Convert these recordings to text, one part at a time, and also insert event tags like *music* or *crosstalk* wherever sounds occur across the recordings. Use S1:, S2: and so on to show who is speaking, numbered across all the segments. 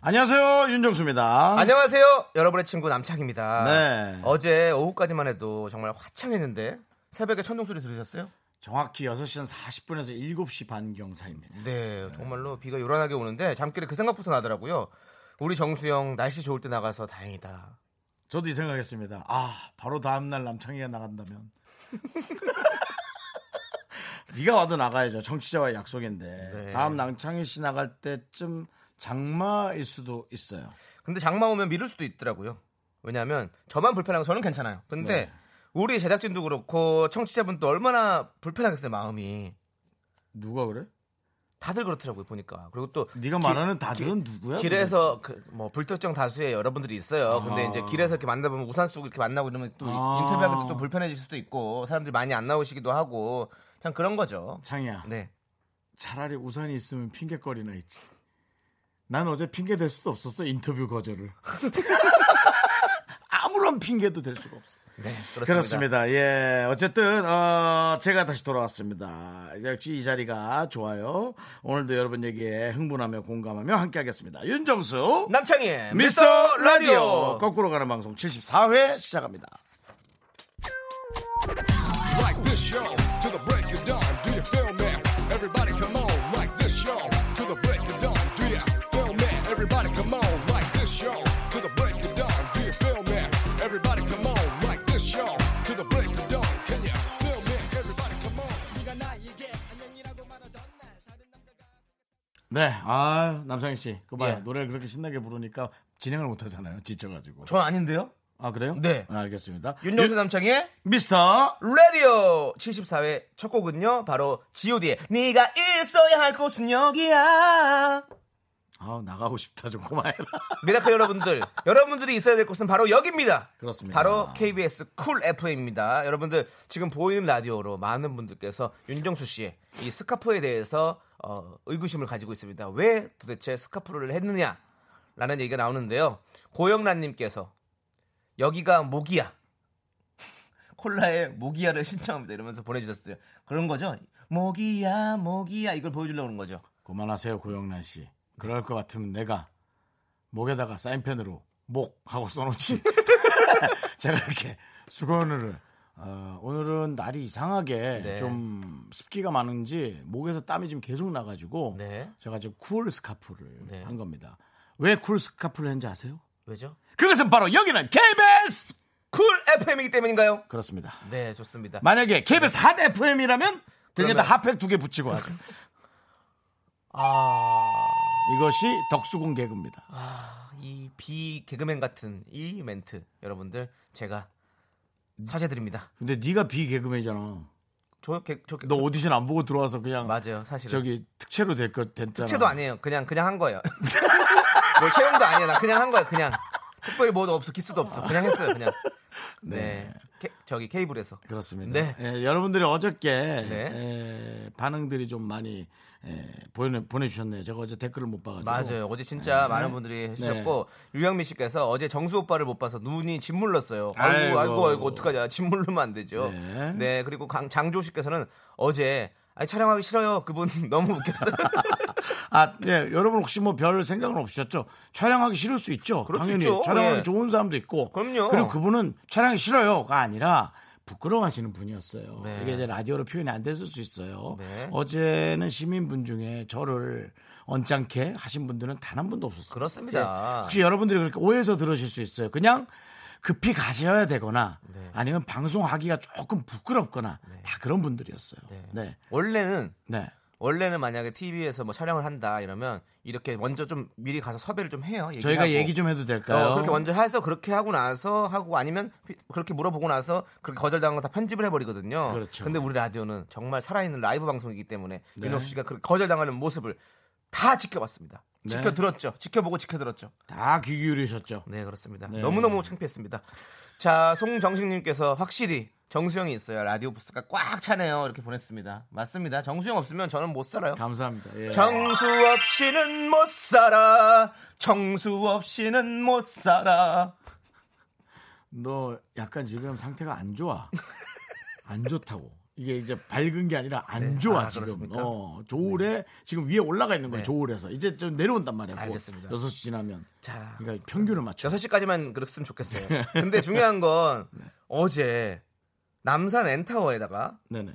S1: 안녕하세요 윤정수입니다.
S2: 안녕하세요. 여러분의 친구 남창입니다.
S1: 아. 네.
S2: 어제 오후까지만 해도 정말 화창했는데 새벽에 천둥 소리 들으셨어요?
S1: 정확히 6시 한 40분에서 7시 반경 사이입니다.
S2: 네, 정말로 비가 요란하게 오는데 잠길에 그 생각부터 나더라고요. 우리 정수영 날씨 좋을 때 나가서 다행이다.
S1: 저도 이 생각했습니다. 아 바로 다음날 남창희가 나간다면 *laughs* 네가 와도 나가야죠. 정치자와의 약속인데
S2: 네.
S1: 다음 남창희 씨 나갈 때쯤 장마일 수도 있어요.
S2: 근데 장마 오면 미룰 수도 있더라고요. 왜냐하면 저만 불편한 거 저는 괜찮아요. 근데
S1: 네.
S2: 우리 제작진도 그렇고 청취자분도 얼마나 불편하겠어요 마음이.
S1: 누가 그래?
S2: 다들 그렇더라고요 보니까. 그리고 또
S1: 네가
S2: 기-
S1: 말하는 다들은 누구야?
S2: 길에서 그 뭐 불특정 다수의 여러분들이 있어요. 근데
S1: 아하.
S2: 이제 길에서 이렇게 만나 보면 우산 쓰고 이렇게 만나고 이러면 또
S1: 아.
S2: 인터뷰하기도 또 불편해질 수도 있고 사람들이 많이 안 나오시기도 하고 참 그런 거죠.
S1: 창희야.
S2: 네.
S1: 차라리 우산이 있으면 핑계거리나 있지. 난 어제 핑계 될 수도 없었어 인터뷰 거절을. *laughs* 아무런 핑계도 될 수가 없어.
S2: 네, 그렇습니다.
S1: 그렇습니다. 예, 어쨌든 어, 제가 다시 돌아왔습니다. 역시 이 자리가 좋아요. 오늘도 여러분 얘기에 흥분하며 공감하며 함께하겠습니다. 윤정수
S2: 남창희
S1: 미스터 라디오 거꾸로 가는 방송 74회 시작합니다.
S3: Like this show to the break of dawn. Do you feel me? Everybody come on. Like this show to the break of dawn. Do you feel me? Everybody come on. Like this show to the break of dawn. Do you feel me? Everybody come on. Like this show to the break of dawn. Can you feel me? Everybody come on.
S1: 네, 아 남창희 씨, 그 봐요.
S2: 예.
S1: 노래를 그렇게 신나게 부르니까 진행을 못 하잖아요. 지쳐가지고.
S2: 전 아닌데요?
S1: 아 그래요?
S2: 네.
S1: 아, 알겠습니다.
S2: 윤정수 남창희
S1: 윤- 미스터
S2: 라디오 74회 첫 곡은요 바로 G.O.D의 네가 있어야 할 곳은 여기야.
S1: 아 나가고 싶다 좀 그만해라. *laughs*
S2: 미라클 여러분들, 여러분들이 있어야 될 곳은 바로 여기입니다.
S1: 그렇습니다.
S2: 바로 KBS 쿨 FM입니다. 여러분들 지금 보이는 라디오로 많은 분들께서 윤정수 씨의 이 스카프에 대해서 어, 의구심을 가지고 있습니다. 왜 도대체 스카프를 했느냐? 라는 얘기가 나오는데요. 고영란님께서 여기가 모기야. 콜라에 모기야를 신청합니다. 이러면서 보내주셨어요. 그런 거죠? 모기야, 모기야. 이걸 보여주려고 그런 거죠.
S1: 그만하세요 고영란 씨. 그럴 것 같으면 내가 목에다가 사인펜으로 목 하고 써놓지. *laughs* 제가 이렇게 수건을 어, 오늘은 날이 이상하게
S2: 네.
S1: 좀 습기가 많은지 목에서 땀이 좀 계속 나가지고
S2: 네.
S1: 제가 지금 쿨 스카프를
S2: 네.
S1: 한 겁니다. 왜 쿨 스카프를 했는지 아세요?
S2: 왜죠?
S1: 그것은 바로 여기는 KBS
S2: 쿨 FM이기 때문인가요?
S1: 그렇습니다.
S2: 네, 좋습니다.
S1: 만약에 KBS 핫 FM이라면 등에다
S2: 네. 그러면-
S1: 핫팩 두 개 붙이고 하죠.
S2: 아,
S1: 이것이 덕수궁 개그입니다.
S2: 이 비개그맨 같은 이 멘트 여러분들 제가 사죄드립니다.
S1: 근데 네가 비개그맨이잖아.
S2: 저, 개, 저 개,
S1: 너 오디션 안 보고 들어와서 그냥
S2: 그렇죠. 맞아요, 사실은.
S1: 저기 특채로 될 것 됐잖아.
S2: 체도 아니에요. 그냥 그냥 한 거예요. *laughs* 뭐 채용도 아니에요. 나 그냥 한 거예요. 그냥 특별히 뭐도 없어, 기수도 없어. 그냥 했어요.
S1: *laughs*
S2: 그냥. 네. 케- 저기 케이블에서.
S1: 그렇습니다.
S2: 네.
S1: 예, 여러분들이 어저께
S2: 네.
S1: 예, 반응들이 좀 많이 예, 보내 보내주셨네요. 네. 제가 어제 댓글을 못 봐가지고.
S2: 맞아요. 어제 진짜 많은 분들이 해주셨고 유영미 씨께서 어제 정수 오빠를 못 봐서 눈이 짓물렀어요. 아이고
S1: 아이고.
S2: 아이고 아이고 어떡하냐 짓물르면 안 되죠. 네,
S1: 네.
S2: 그리고 강, 장조 씨께서는 어제 아니, 촬영하기 싫어요. 그분 *laughs* 너무 웃겼어요.
S1: 아, 예, 여러분 혹시 뭐 별 생각은 없으셨죠? 촬영하기 싫을 수 있죠.
S2: 그럴 수
S1: 당연히
S2: 있죠.
S1: 촬영하기
S2: 예.
S1: 좋은 사람도 있고.
S2: 그럼요.
S1: 리고 그분은 촬영이 싫어요가 아니라 부끄러워하시는 분이었어요.
S2: 네.
S1: 이게 이제 라디오로 표현이 안 됐을 수 있어요.
S2: 네.
S1: 어제는 시민분 중에 저를 언짢게 하신 분들은 단 한 분도 없었어요.
S2: 그렇습니다.
S1: 예. 혹시 여러분들이 그렇게 오해해서 들으실 수 있어요. 그냥 급히 가셔야 되거나
S2: 네.
S1: 아니면 방송하기가 조금 부끄럽거나 다 그런 분들이었어요.
S2: 네.
S1: 네.
S2: 원래는
S1: 네.
S2: 원래는 만약에 TV에서 뭐 촬영을 한다 이러면 이렇게 먼저 좀 미리 가서 섭외를 좀 해요.
S1: 저희가
S2: 얘기하고.
S1: 얘기 좀 해도 될까요?
S2: 어, 그렇게 먼저 해서 그렇게 하고 나서 하고 아니면 피- 그렇게 물어보고 나서 그렇게 거절당한 거 다 편집을 해버리거든요.
S1: 그렇죠.
S2: 네. 근데 우리 라디오는 정말 살아있는 라이브 방송이기 때문에 윤정수 씨가 그 거절당하는 모습을 다 지켜봤습니다.
S1: 네.
S2: 지켜들었죠. 지켜보고 지켜들었죠.
S1: 다 귀 기울이셨죠.
S2: 네 그렇습니다.
S1: 네.
S2: 너무너무 창피했습니다. 자 송정식님께서 확실히 정수영이 있어야 라디오 부스가 꽉 차네요. 이렇게 보냈습니다. 맞습니다. 정수영 없으면 저는 못 살아요.
S1: 감사합니다.
S2: 네.
S1: 예.
S2: 정수 없이는 못 살아. 정수 없이는 못 살아.
S1: 너 약간 지금 상태가 안 좋아. 안 좋다고. 이게 이제 밝은 게 아니라 안
S2: 네.
S1: 좋아
S2: 아,
S1: 지금.
S2: 그렇습니까?
S1: 어, 조울에 지금 위에 올라가 있는 거야
S2: 네.
S1: 조울에서. 이제 좀 내려온단 말이야.
S2: 알겠습니다.
S1: 6시 지나면.
S2: 자,
S1: 그러니까 평균을 맞춰.
S2: 6시까지만 그랬으면 좋겠어요.
S1: 네.
S2: 근데
S1: *laughs*
S2: 중요한 건 어제 남산 엔타워에다가
S1: 네네.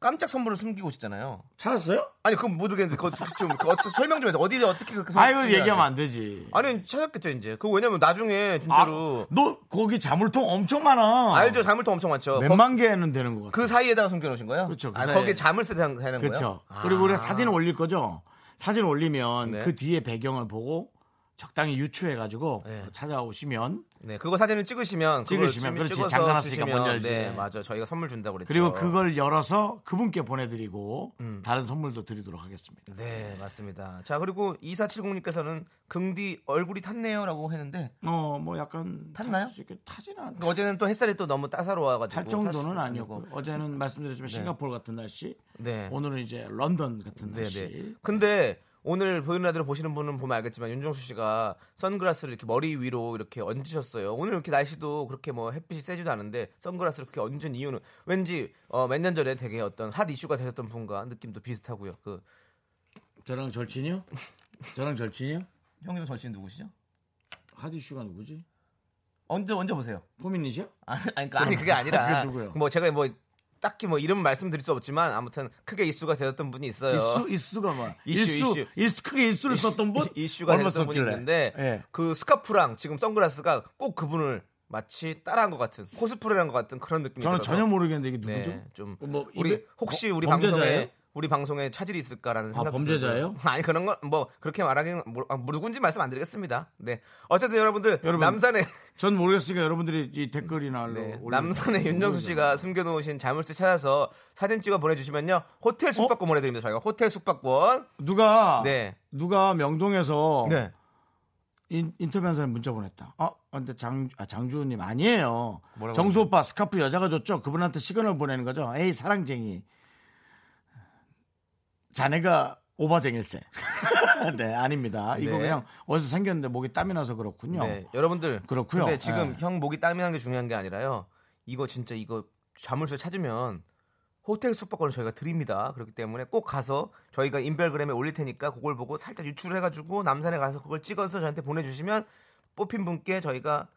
S2: 깜짝 선물을 숨기고 오셨잖아요.
S1: 찾았어요?
S2: 아니 그건 모르겠는데 그거 좀 그거 어떻게 설명 좀 해서 어디 어떻게 그렇게
S1: 아 이거
S2: 숨기냐.
S1: 얘기하면 안 되지.
S2: 네. 아니 찾았겠죠 이제. 그거 왜냐면 나중에
S1: 아,
S2: 진짜로
S1: 너 거기 자물통 엄청 많아.
S2: 알죠 자물통 엄청 많죠. 거-
S1: 몇만 개는 되는 것 같아.
S2: 그 사이에다가 숨겨놓으신 거예요?
S1: 그렇죠, 그
S2: 아,
S1: 사이에.
S2: 거기에 잠을 세는 거예요? 아.
S1: 그렇죠. 그리고 우리가 사진 올릴 거죠. 사진 올리면
S2: 네.
S1: 그 뒤에 배경을 보고 적당히 유추해 가지고
S2: 네.
S1: 찾아오시면
S2: 네, 그거 사진을 찍으시면 그걸
S1: 찍으시면,
S2: 찍-
S1: 그렇지.
S2: 찍어서
S1: 잠가놨으니까
S2: 주시면,
S1: 뭔지 알지.
S2: 네, 맞아. 저희가 선물 준다고 그랬죠.
S1: 그리고 그걸 열어서 그분께 보내드리고 다른 선물도 드리도록 하겠습니다.
S2: 음. 네, 맞습니다. 자, 그리고 2470님께서는 긍디 얼굴이 탔네요라고 했는데
S1: 어, 뭐 약간
S2: 탔나요?
S1: 탈수 있게 타진 않.
S2: 그러니까 어제는 또 햇살이 또 너무 따사로워가지고
S1: 탈
S2: 탈
S1: 정도는
S2: 수도
S1: 아니었고 어제는 말씀드렸지만 싱가포르 같은 날씨,
S2: 네.
S1: 오늘은 이제 런던 같은
S2: 네,
S1: 날씨.
S2: 네. 근데 오늘 보이는 라디오 보시는 분은 보면 알겠지만 윤정수 씨가 선글라스를 이렇게 머리 위로 이렇게 얹으셨어요. 오늘 이렇게 날씨도 그렇게 뭐 햇빛이 세지도 않은데 선글라스를 그렇게 얹은 이유는 왠지 어, 몇 년 전에 되게 어떤 핫 이슈가 되셨던 분과 느낌도 비슷하고요. 그
S1: 저랑 절친이요? 저랑 절친이요?
S2: 형님 절친 누구시죠?
S1: 하디슈가 누구지?
S2: 언제 언제 보세요?
S1: 포민이죠?
S2: 아니, 아니, 그- 아니 그게 아니라
S1: 그게 누구예요?
S2: 뭐 제가 뭐 딱히 뭐 이름 말씀드릴 수 없지만 아무튼 크게 이슈가 되었던 분이 있어요.
S1: 일수 일수가 뭐
S2: *laughs* 이슈,
S1: 일수
S2: 이슈.
S1: 일수 크게 일수를 썼던 분
S2: *laughs* 이슈가
S1: 얼마
S2: 되었던 분이
S1: 썼길래?
S2: 있는데
S1: 예.
S2: 그 스카프랑 지금 선글라스가 꼭 그분을 마치 따라한 것 같은 코스프레한 것 같은 그런 느낌이
S1: 저는
S2: 들어서
S1: 전혀 모르겠는데 이게
S2: 네,
S1: 누구죠?
S2: 좀
S1: 뭐
S2: 우리
S1: 입에-
S2: 혹시 우리
S1: 범죄자예요? 아,
S2: 방송에 우리 방송에 차질이 있을까라는 생각.
S1: 범죄자예요?
S2: *laughs* 아니 그런 건 뭐 그렇게 말하기는 뭐, 아, 누군지 말씀 안 드리겠습니다. 네 어쨌든 여러분들
S1: 여러분,
S2: 남산에
S1: 전 모르겠으니까 여러분들이 이 댓글이나
S2: 네,
S1: 올려-
S2: 남산에 윤정수 씨가 숨겨놓으신 자물쇠 찾아서 사진 찍어 보내주시면요
S1: 어?
S2: 호텔 숙박권 보내드립니다. 저희가 호텔 숙박권.
S1: 누가
S2: 네.
S1: 누가 명동에서
S2: 네.
S1: 인, 터뷰한 사람이 문자 보냈다. 아, 근데 장, 아, 장주호님 아니에요.
S2: 뭐라고
S1: 정수 오빠 스카프 여자가 줬죠? 그분한테 시그널 보내는 거죠? 에이, 사랑쟁이. 자네가 오바쟁일세. *laughs* 네, 아닙니다. 이거
S2: 네.
S1: 그냥 어디서 생겼는데 목에 땀이 나서 그렇군요.
S2: 네, 여러분들
S1: 그렇고요.
S2: 근데 지금
S1: 예.
S2: 형 목이 땀이 나는 게 중요한 게 아니라요. 이거 진짜 이거 자물쇠 찾으면 호텔 숙박권을 저희가 드립니다. 그렇기 때문에 꼭 가서 저희가 인별그램에 올릴 테니까 그걸 보고 살짝 유출해가지고 남산에 가서 그걸 찍어서 저한테 보내주시면 뽑힌 분께 저희가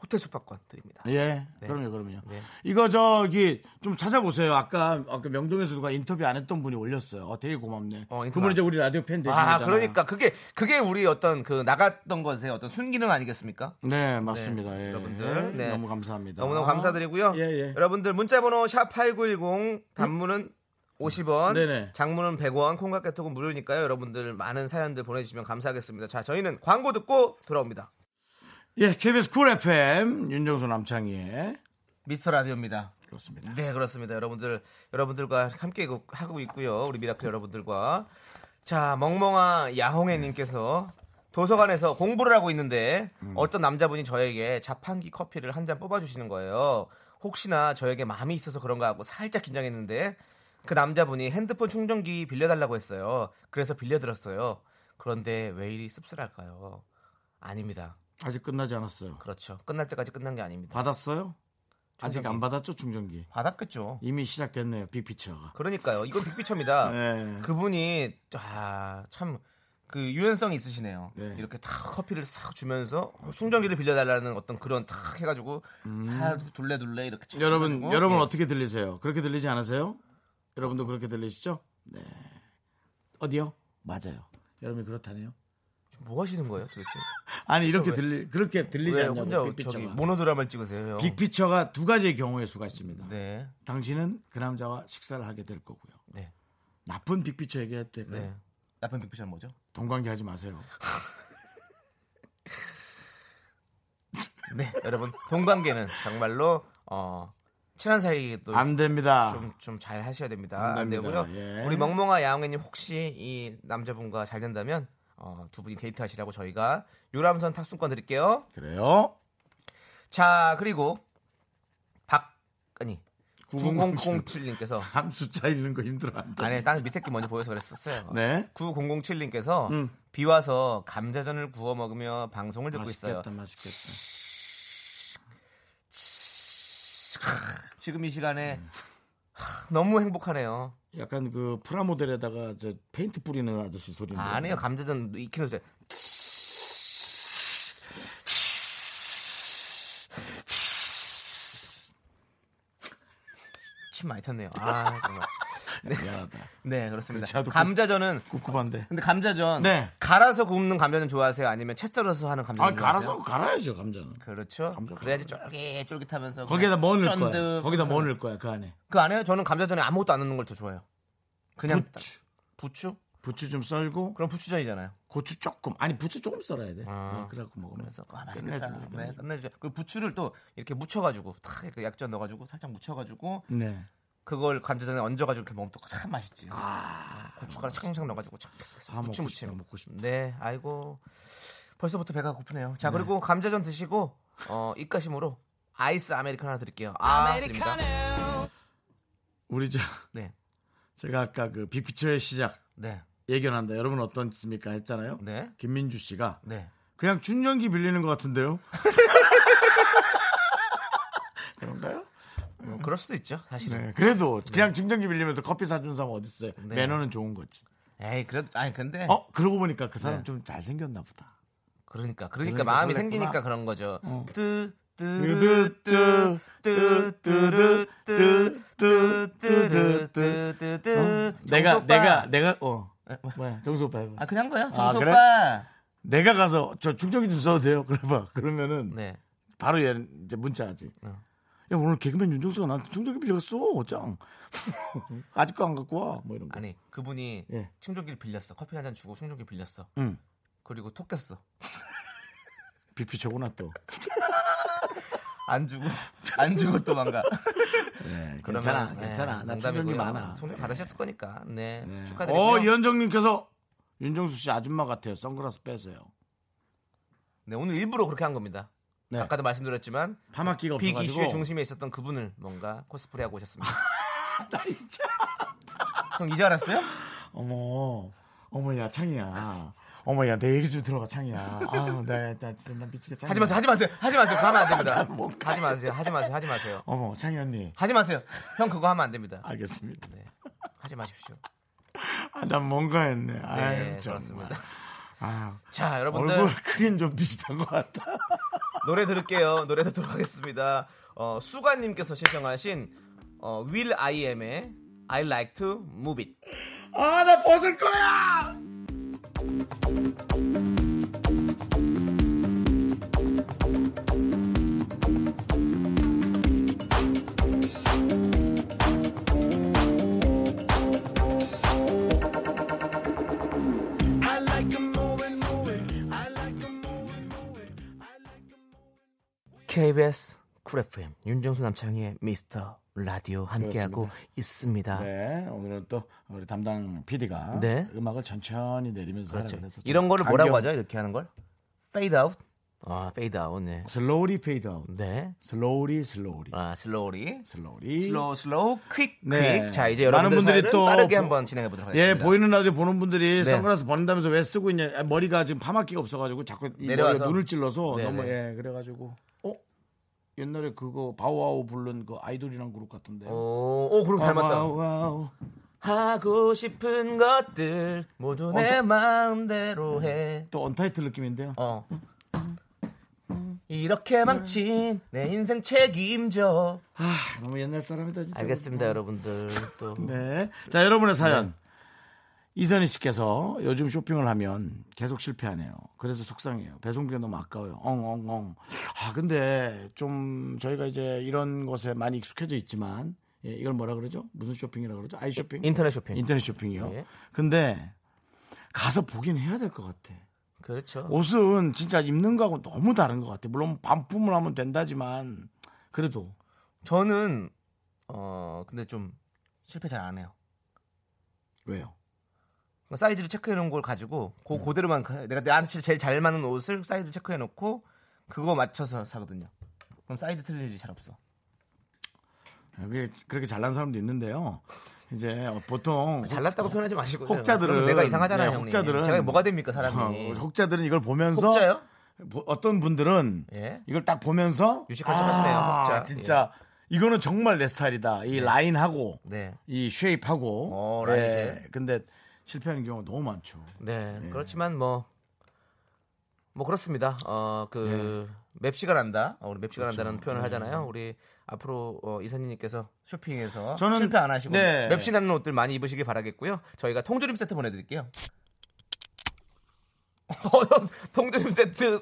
S2: 호텔 숙박권 드립니다.
S1: 예,
S2: 네.
S1: 그럼요, 그럼요.
S2: 네.
S1: 이거 저기 좀 찾아보세요. 아까, 아까 명동에서 누가 인터뷰 안 했던 분이 올렸어요. 어, 되게 고맙네.
S2: 어, 인터뷰
S1: 그분
S2: 안-
S1: 이제 우리 라디오 팬 되신
S2: 아
S1: 거잖아요.
S2: 그러니까 그게 그게 우리 어떤 그 나갔던 것의 어떤 순기능 아니겠습니까?
S1: 네, 맞습니다.
S2: 네,
S1: 예.
S2: 여러분들, 네.
S1: 너무 감사합니다.
S2: 너무너무 감사드리고요.
S1: 예, 예.
S2: 여러분들 문자번호 샵 #8910 단문은 50원,
S1: 네네.
S2: 장문은 100원, 콩깍 개톡은 무료니까요. 여러분들 많은 사연들 보내주시면 감사하겠습니다. 자, 저희는 광고 듣고 돌아옵니다.
S1: 예, KBS 쿨 FM 윤정수 남창희의
S2: 미스터 라디오입니다.
S1: 그렇습니다.
S2: 네, 그렇습니다. 여러분들 여러분들과 함께 그- 하고 있고요. 우리 미라클 여러분들과 자 멍멍아 야홍애님께서 도서관에서 공부를 하고 있는데 어떤 남자분이 저에게 자판기 커피를 한 잔 뽑아주시는 거예요. 혹시나 저에게 마음이 있어서 그런가 하고 살짝 긴장했는데 그 남자분이 핸드폰 충전기 빌려달라고 했어요. 그래서 빌려들었어요. 그런데 왜 이리 씁쓸할까요? 아닙니다.
S1: 아직 끝나지 않았어요.
S2: 그렇죠. 끝날 때까지 끝난 게 아닙니다.
S1: 받았어요? 아직
S2: 충전기.
S1: 안 받았죠 충전기?
S2: 받았겠죠.
S1: 이미 시작됐네요 빅피처가.
S2: 그러니까요. 이건 빅피처입니다.
S1: 네.
S2: 그분이 아, 참 그 유연성이 있으시네요.
S1: 네.
S2: 이렇게 탁 커피를 싹 주면서 어, 충전기를 빌려달라는 어떤 그런 탁 해가지고
S1: 음.
S2: 다 둘레둘레 이렇게 쫙
S1: 여러분
S2: 해가지고,
S1: 여러분
S2: 예.
S1: 어떻게 들리세요? 그렇게 들리지 않으세요? 여러분도 그렇게 들리시죠? 네. 어디요? 맞아요. 여러분이 그렇다네요.
S2: 지금 뭐 하시는 거예요, 도대체?
S1: 아니 이렇게 들리 그렇게 들리지
S2: 왜
S1: 않냐고
S2: 혼자 저기
S1: 빅피처가.
S2: 모노드라마를 찍으세요? 형?
S1: 빅피처가 두 가지의 경우의 수가 있습니다.
S2: 네,
S1: 당신은 그 남자와 식사를 하게 될 거고요.
S2: 네,
S1: 나쁜 빅피처 얘기해도 될까요?
S2: 네. 나쁜 빅피처는 뭐죠?
S1: 동관계 하지 마세요.
S2: 네, 여러분 동관계는 정말로 어 친한 사이도
S1: 안 됩니다.
S2: 좀 좀 잘 하셔야 됩니다.
S1: 아. 안
S2: 안
S1: 됩니다.
S2: 되고요.
S1: 예.
S2: 우리 멍멍아 야옹이님 혹시 이 남자분과 잘 된다면 어, 두 분이 데이트하시라고 저희가 유람선 탑승권 드릴게요.
S1: 그래요?
S2: 자 그리고 박 아니
S1: 9007.
S2: 9007님께서
S1: 함 숫자 읽는 거 힘들어 한다.
S2: 안에 딱 밑에 게 먼저 보여서 그랬었어요.
S1: 네.
S2: 9007님께서
S1: 음.
S2: 비 와서 감자전을 구워 먹으며 방송을 듣고 있어요.
S1: 맛있겠다, 맛있겠다.
S2: 지금 이 시간에 하, 너무 행복하네요.
S1: 약간 그 프라모델에다가 저 페인트 뿌리는 아저씨 소리인데.
S2: 아, 아니에요 감자전 익히는 소리. 침 많이 탔네요. 아 정말.
S1: 미안하다.
S2: 네 그렇습니다.
S1: 그렇지, 나도 그-
S2: 감자전은
S1: 꿉꿉한데.
S2: 근데 감자전
S1: 네.
S2: 갈아서 굽는 감자전 좋아하세요? 아니면 채 썰어서 하는 감자전
S1: 아,
S2: 좋아하세요?
S1: 갈아서 갈아야죠, 감자는.
S2: 그렇죠.
S1: 감자
S2: 그래야지 쫄깃쫄깃하면서
S1: 거기에다
S2: 그냥
S1: 뭐 넣을 거야?
S2: 쫀득.
S1: 거기다 뭐 넣을 거야, 그 안에?
S2: 그 안에 저는 감자전에 아무것도 안 넣는 걸 더 좋아해요. 그냥 딱-
S1: 부추.
S2: 부추?
S1: 부추 좀 썰고
S2: 그럼 부추전이잖아요.
S1: 고추 조금. 아니, 부추 조금 썰어야 돼.
S2: 아.
S1: 네, 그래갖고 먹으면.
S2: 그래서 아, 맛있겠다.
S1: 끝내줍니다.
S2: 네, 끝내줘. 그 부추를 또 이렇게 묻혀가지고 탁 이렇게 약전 넣어가지고 살짝 묻혀가지고
S1: 네.
S2: 그걸 감자전에 얹어가지고 이렇게 먹으면 또 참 맛있지. 고춧가루 착착 넣어가지고 착.
S1: 아,
S2: 부추
S1: 먹고
S2: 무침.
S1: 아, 싶다, 먹고 싶다.
S2: 네, 아이고 벌써부터 배가 고프네요. 자 그리고 감자전 드시고 어, 입가심으로 아이스 아메리카노 하나 드릴게요. 아, 드립니다.
S1: 우리 저,
S2: 네,
S1: 제가 아까 그 빅피처의 시작
S2: 네,
S1: 예견한다. 여러분 어떻습니까? 했잖아요.
S2: 네,
S1: 김민주 씨가
S2: 네.
S1: 그냥 춘전기 빌리는 것 같은데요. *laughs* 그런가요?
S2: 뭐 그럴 수도 있죠, 사실은.
S1: 네. 그래도 그냥 춘전기 빌리면서 커피 사준 사람 어디 있어요?
S2: 네.
S1: 매너는 좋은 거지.
S2: 에이, 그래도 아니 근데
S1: 네. 어 그러고 보니까 그 사람
S2: 네.
S1: 좀 잘생겼나 보다.
S2: 그러니까 그러니까,
S1: 그러니까
S2: 마음이
S1: 설렜구나.
S2: 생기니까 그런 거죠.
S1: 어?
S2: 뜨뜨뜨뜨뜨뜨뜨뜨뜨뜨뜨뜨
S1: 어? 내가 내가 내가 어 뭐야 정수 오빠 해봐.
S2: 아 그냥 거요
S1: 아,
S2: 정수
S1: 그래?
S2: 오빠
S1: 내가 가서 저 충전기 좀 써도 돼요? 그래봐. 그러면은
S2: 네
S1: 바로 얘 이제 문자하지.
S2: 어.
S1: 야 오늘 개그맨 윤종수가 나한테 충전기 빌려갔어. 짱. *laughs* 아직도 안 갖고 와. 뭐 이런 거.
S2: 아니 그분이
S1: 예.
S2: 충전기를 빌렸어 커피 한 잔 주고 충전기 빌렸어
S1: 응.
S2: 그리고 톡 꼈어
S1: 빅피처구나 또.
S2: 안 주고 *laughs* 안 주고 도망가
S1: 네,
S2: 그러면,
S1: *laughs* 괜찮아,
S2: 네,
S1: 괜찮아. 나
S2: 농담이고요.
S1: 충전기 많아.
S2: 충전 받으셨을 거니까 네,
S1: 네.
S2: 축하드립니다
S1: 어, 이현정님께서 윤정수 씨 아줌마 같아요. 선글라스 빼세요.
S2: 네 오늘 일부러 그렇게 한 겁니다
S1: 네.
S2: 아까도 말씀드렸지만
S1: 파마끼가
S2: 빅 이슈의
S1: 없어가지고.
S2: 중심에 있었던 그분을 뭔가 코스프레하고 *laughs* 오셨습니다.
S1: 나 진짜.
S2: 형 이제 알았어요?
S1: 어머, 어머야 창이야. 어머야 내 얘기 좀 들어봐 창이야. 아우 나, 나 진짜 나 미치겠다. 창이야.
S2: 하지 마세요, 하지 마세요, 하지 마세요. 그거 하면 안 됩니다.
S1: 뭔가
S2: 하지 마세요, 하지 마세요, 하지 마세요.
S1: 어머 창이 언니.
S2: 하지 마세요. 형 그거 하면 안 됩니다.
S1: 알겠습니다.
S2: 네, 하지 마십시오.
S1: 아, 난 뭔가 했네. 아유,
S2: 네,
S1: 정말.
S2: 그렇습니다.
S1: 아,
S2: 자, 여러분들
S1: 얼굴 크긴 좀 비슷한 것 같다.
S2: 노래 들을게요. 노래 듣도록 하겠습니다. 어, 수가님께서 신청하신 어, Will I Am의 I Like to Move It.
S1: 아, 나 벗을 거야!
S2: KBS 쿨 FM 윤정수 남창희의 미스터 라디오 함께하고 있습니다.
S1: 네, 오늘은 또 우리 담당 PD가
S2: 네.
S1: 음악을 천천히 내리면서
S2: 그렇죠.
S1: 하라 그래서 좀
S2: 이런 거를 뭐라고
S1: 간격-
S2: 하죠? 이렇게 하는 걸? Fade out. 아, fade out. 네.
S1: 슬로우리 페이드 아웃.
S2: 네.
S1: 슬로우리 슬로우리.
S2: 아, slowly.
S1: 슬로우리.
S2: slow, slow, quick,
S1: 네.
S2: quick. 자, 이제
S1: 많은
S2: 여러분들
S1: 분들이
S2: 분들이
S1: 또
S2: 또 빠르게
S1: 보-
S2: 한번 진행해 보도록 하겠습니다.
S1: 예, 보이는 라디오 보는 분들이
S2: 네.
S1: 선글라스 벗는다면서 왜 쓰고 있냐. 아, 머리가 지금 파마끼가 없어가지고 자꾸 이 머리가
S2: 내려와서.
S1: 눈을 찔러서
S2: 네,
S1: 너무
S2: 네.
S1: 예, 그래가지고. 어? 옛날에 그거 바오와오 부른 그 아이돌이랑 그룹 같은데.
S2: 어, 오, 오, 그럼 닮았다.
S1: 바오와오.
S2: 하고 싶은 것들 모두
S1: 어,
S2: 내
S1: 또-
S2: 마음대로 해.
S1: 또 언타이틀 느낌인데요.
S2: 어. 이렇게 망친 내 인생 책임져.
S1: 아, 너무 옛날 사람이다 진짜.
S2: 알겠습니다, 여러분들. 또
S1: 네. 자, 여러분의 사연. 이선희 씨께서 요즘 쇼핑을 하면 계속 실패하네요. 그래서 속상해요. 배송비가 너무 아까워요. 엉엉엉. 아, 근데 좀 저희가 이제 이런 것에 많이 익숙해져 있지만 예, 이걸 뭐라 그러죠? 무슨 쇼핑이라 그러죠? 아이 쇼핑?
S2: 인터넷 쇼핑.
S1: 인터넷 쇼핑이요.
S2: 예.
S1: 근데 가서 보긴 해야 될 것 같아.
S2: 그렇죠.
S1: 옷은 진짜 입는 거하고 너무 다른 것 같아. 물론 반품을 하면 된다지만 그래도
S2: 저는 어 근데 좀 실패 잘 안 해요. 그러니까
S1: 왜요?
S2: 사이즈를 체크해 놓은 걸 가지고 그 그대로만 가- 내가 나한테 제일 잘 맞는 옷을 사이즈 체크해 놓고 그거 맞춰서 사거든요. 그럼 사이즈 틀릴 일이 잘 없어.
S1: 그게 그렇게 잘난 사람도 있는데요. 이제 어, 보통
S2: 뭐, 아, 잘났다고 표현하지 마시고
S1: 혹자들은
S2: 내가 이상하잖아요,
S1: 네,
S2: 형님.
S1: 혹자들은
S2: 제가 뭐가 됩니까, 사람이?
S1: 어, 혹자들은 이걸 보면서
S2: 혹자요?
S1: 보- 어떤 분들은
S2: 예.
S1: 이걸 딱 보면서
S2: 유식한 척하시네요,
S1: 아,
S2: 혹자. 예.
S1: 진짜 이거는 정말 내 스타일이다. 이 라인하고
S2: 네.
S1: 이 쉐입하고. 예.
S2: 어, 라인 쉐입.
S1: 근데 실패하는 경우가 너무 많죠.
S2: 네,
S1: 예.
S2: 그렇지만 뭐 뭐 그렇습니다.
S1: 예.
S2: 어그 맵시가 난다. 어, 우리
S1: 그렇죠.
S2: 맵시가 난다는
S1: 음.
S2: 표현을 하잖아요. 우리 앞으로 어, 이사님께서 쇼핑에서
S1: 저는-
S2: 실패 안 하시고
S1: 네.
S2: 맵시 나는 옷들 많이 입으시길 바라겠고요. 저희가 통조림 세트 보내드릴게요. *laughs* 어, 통조림 세트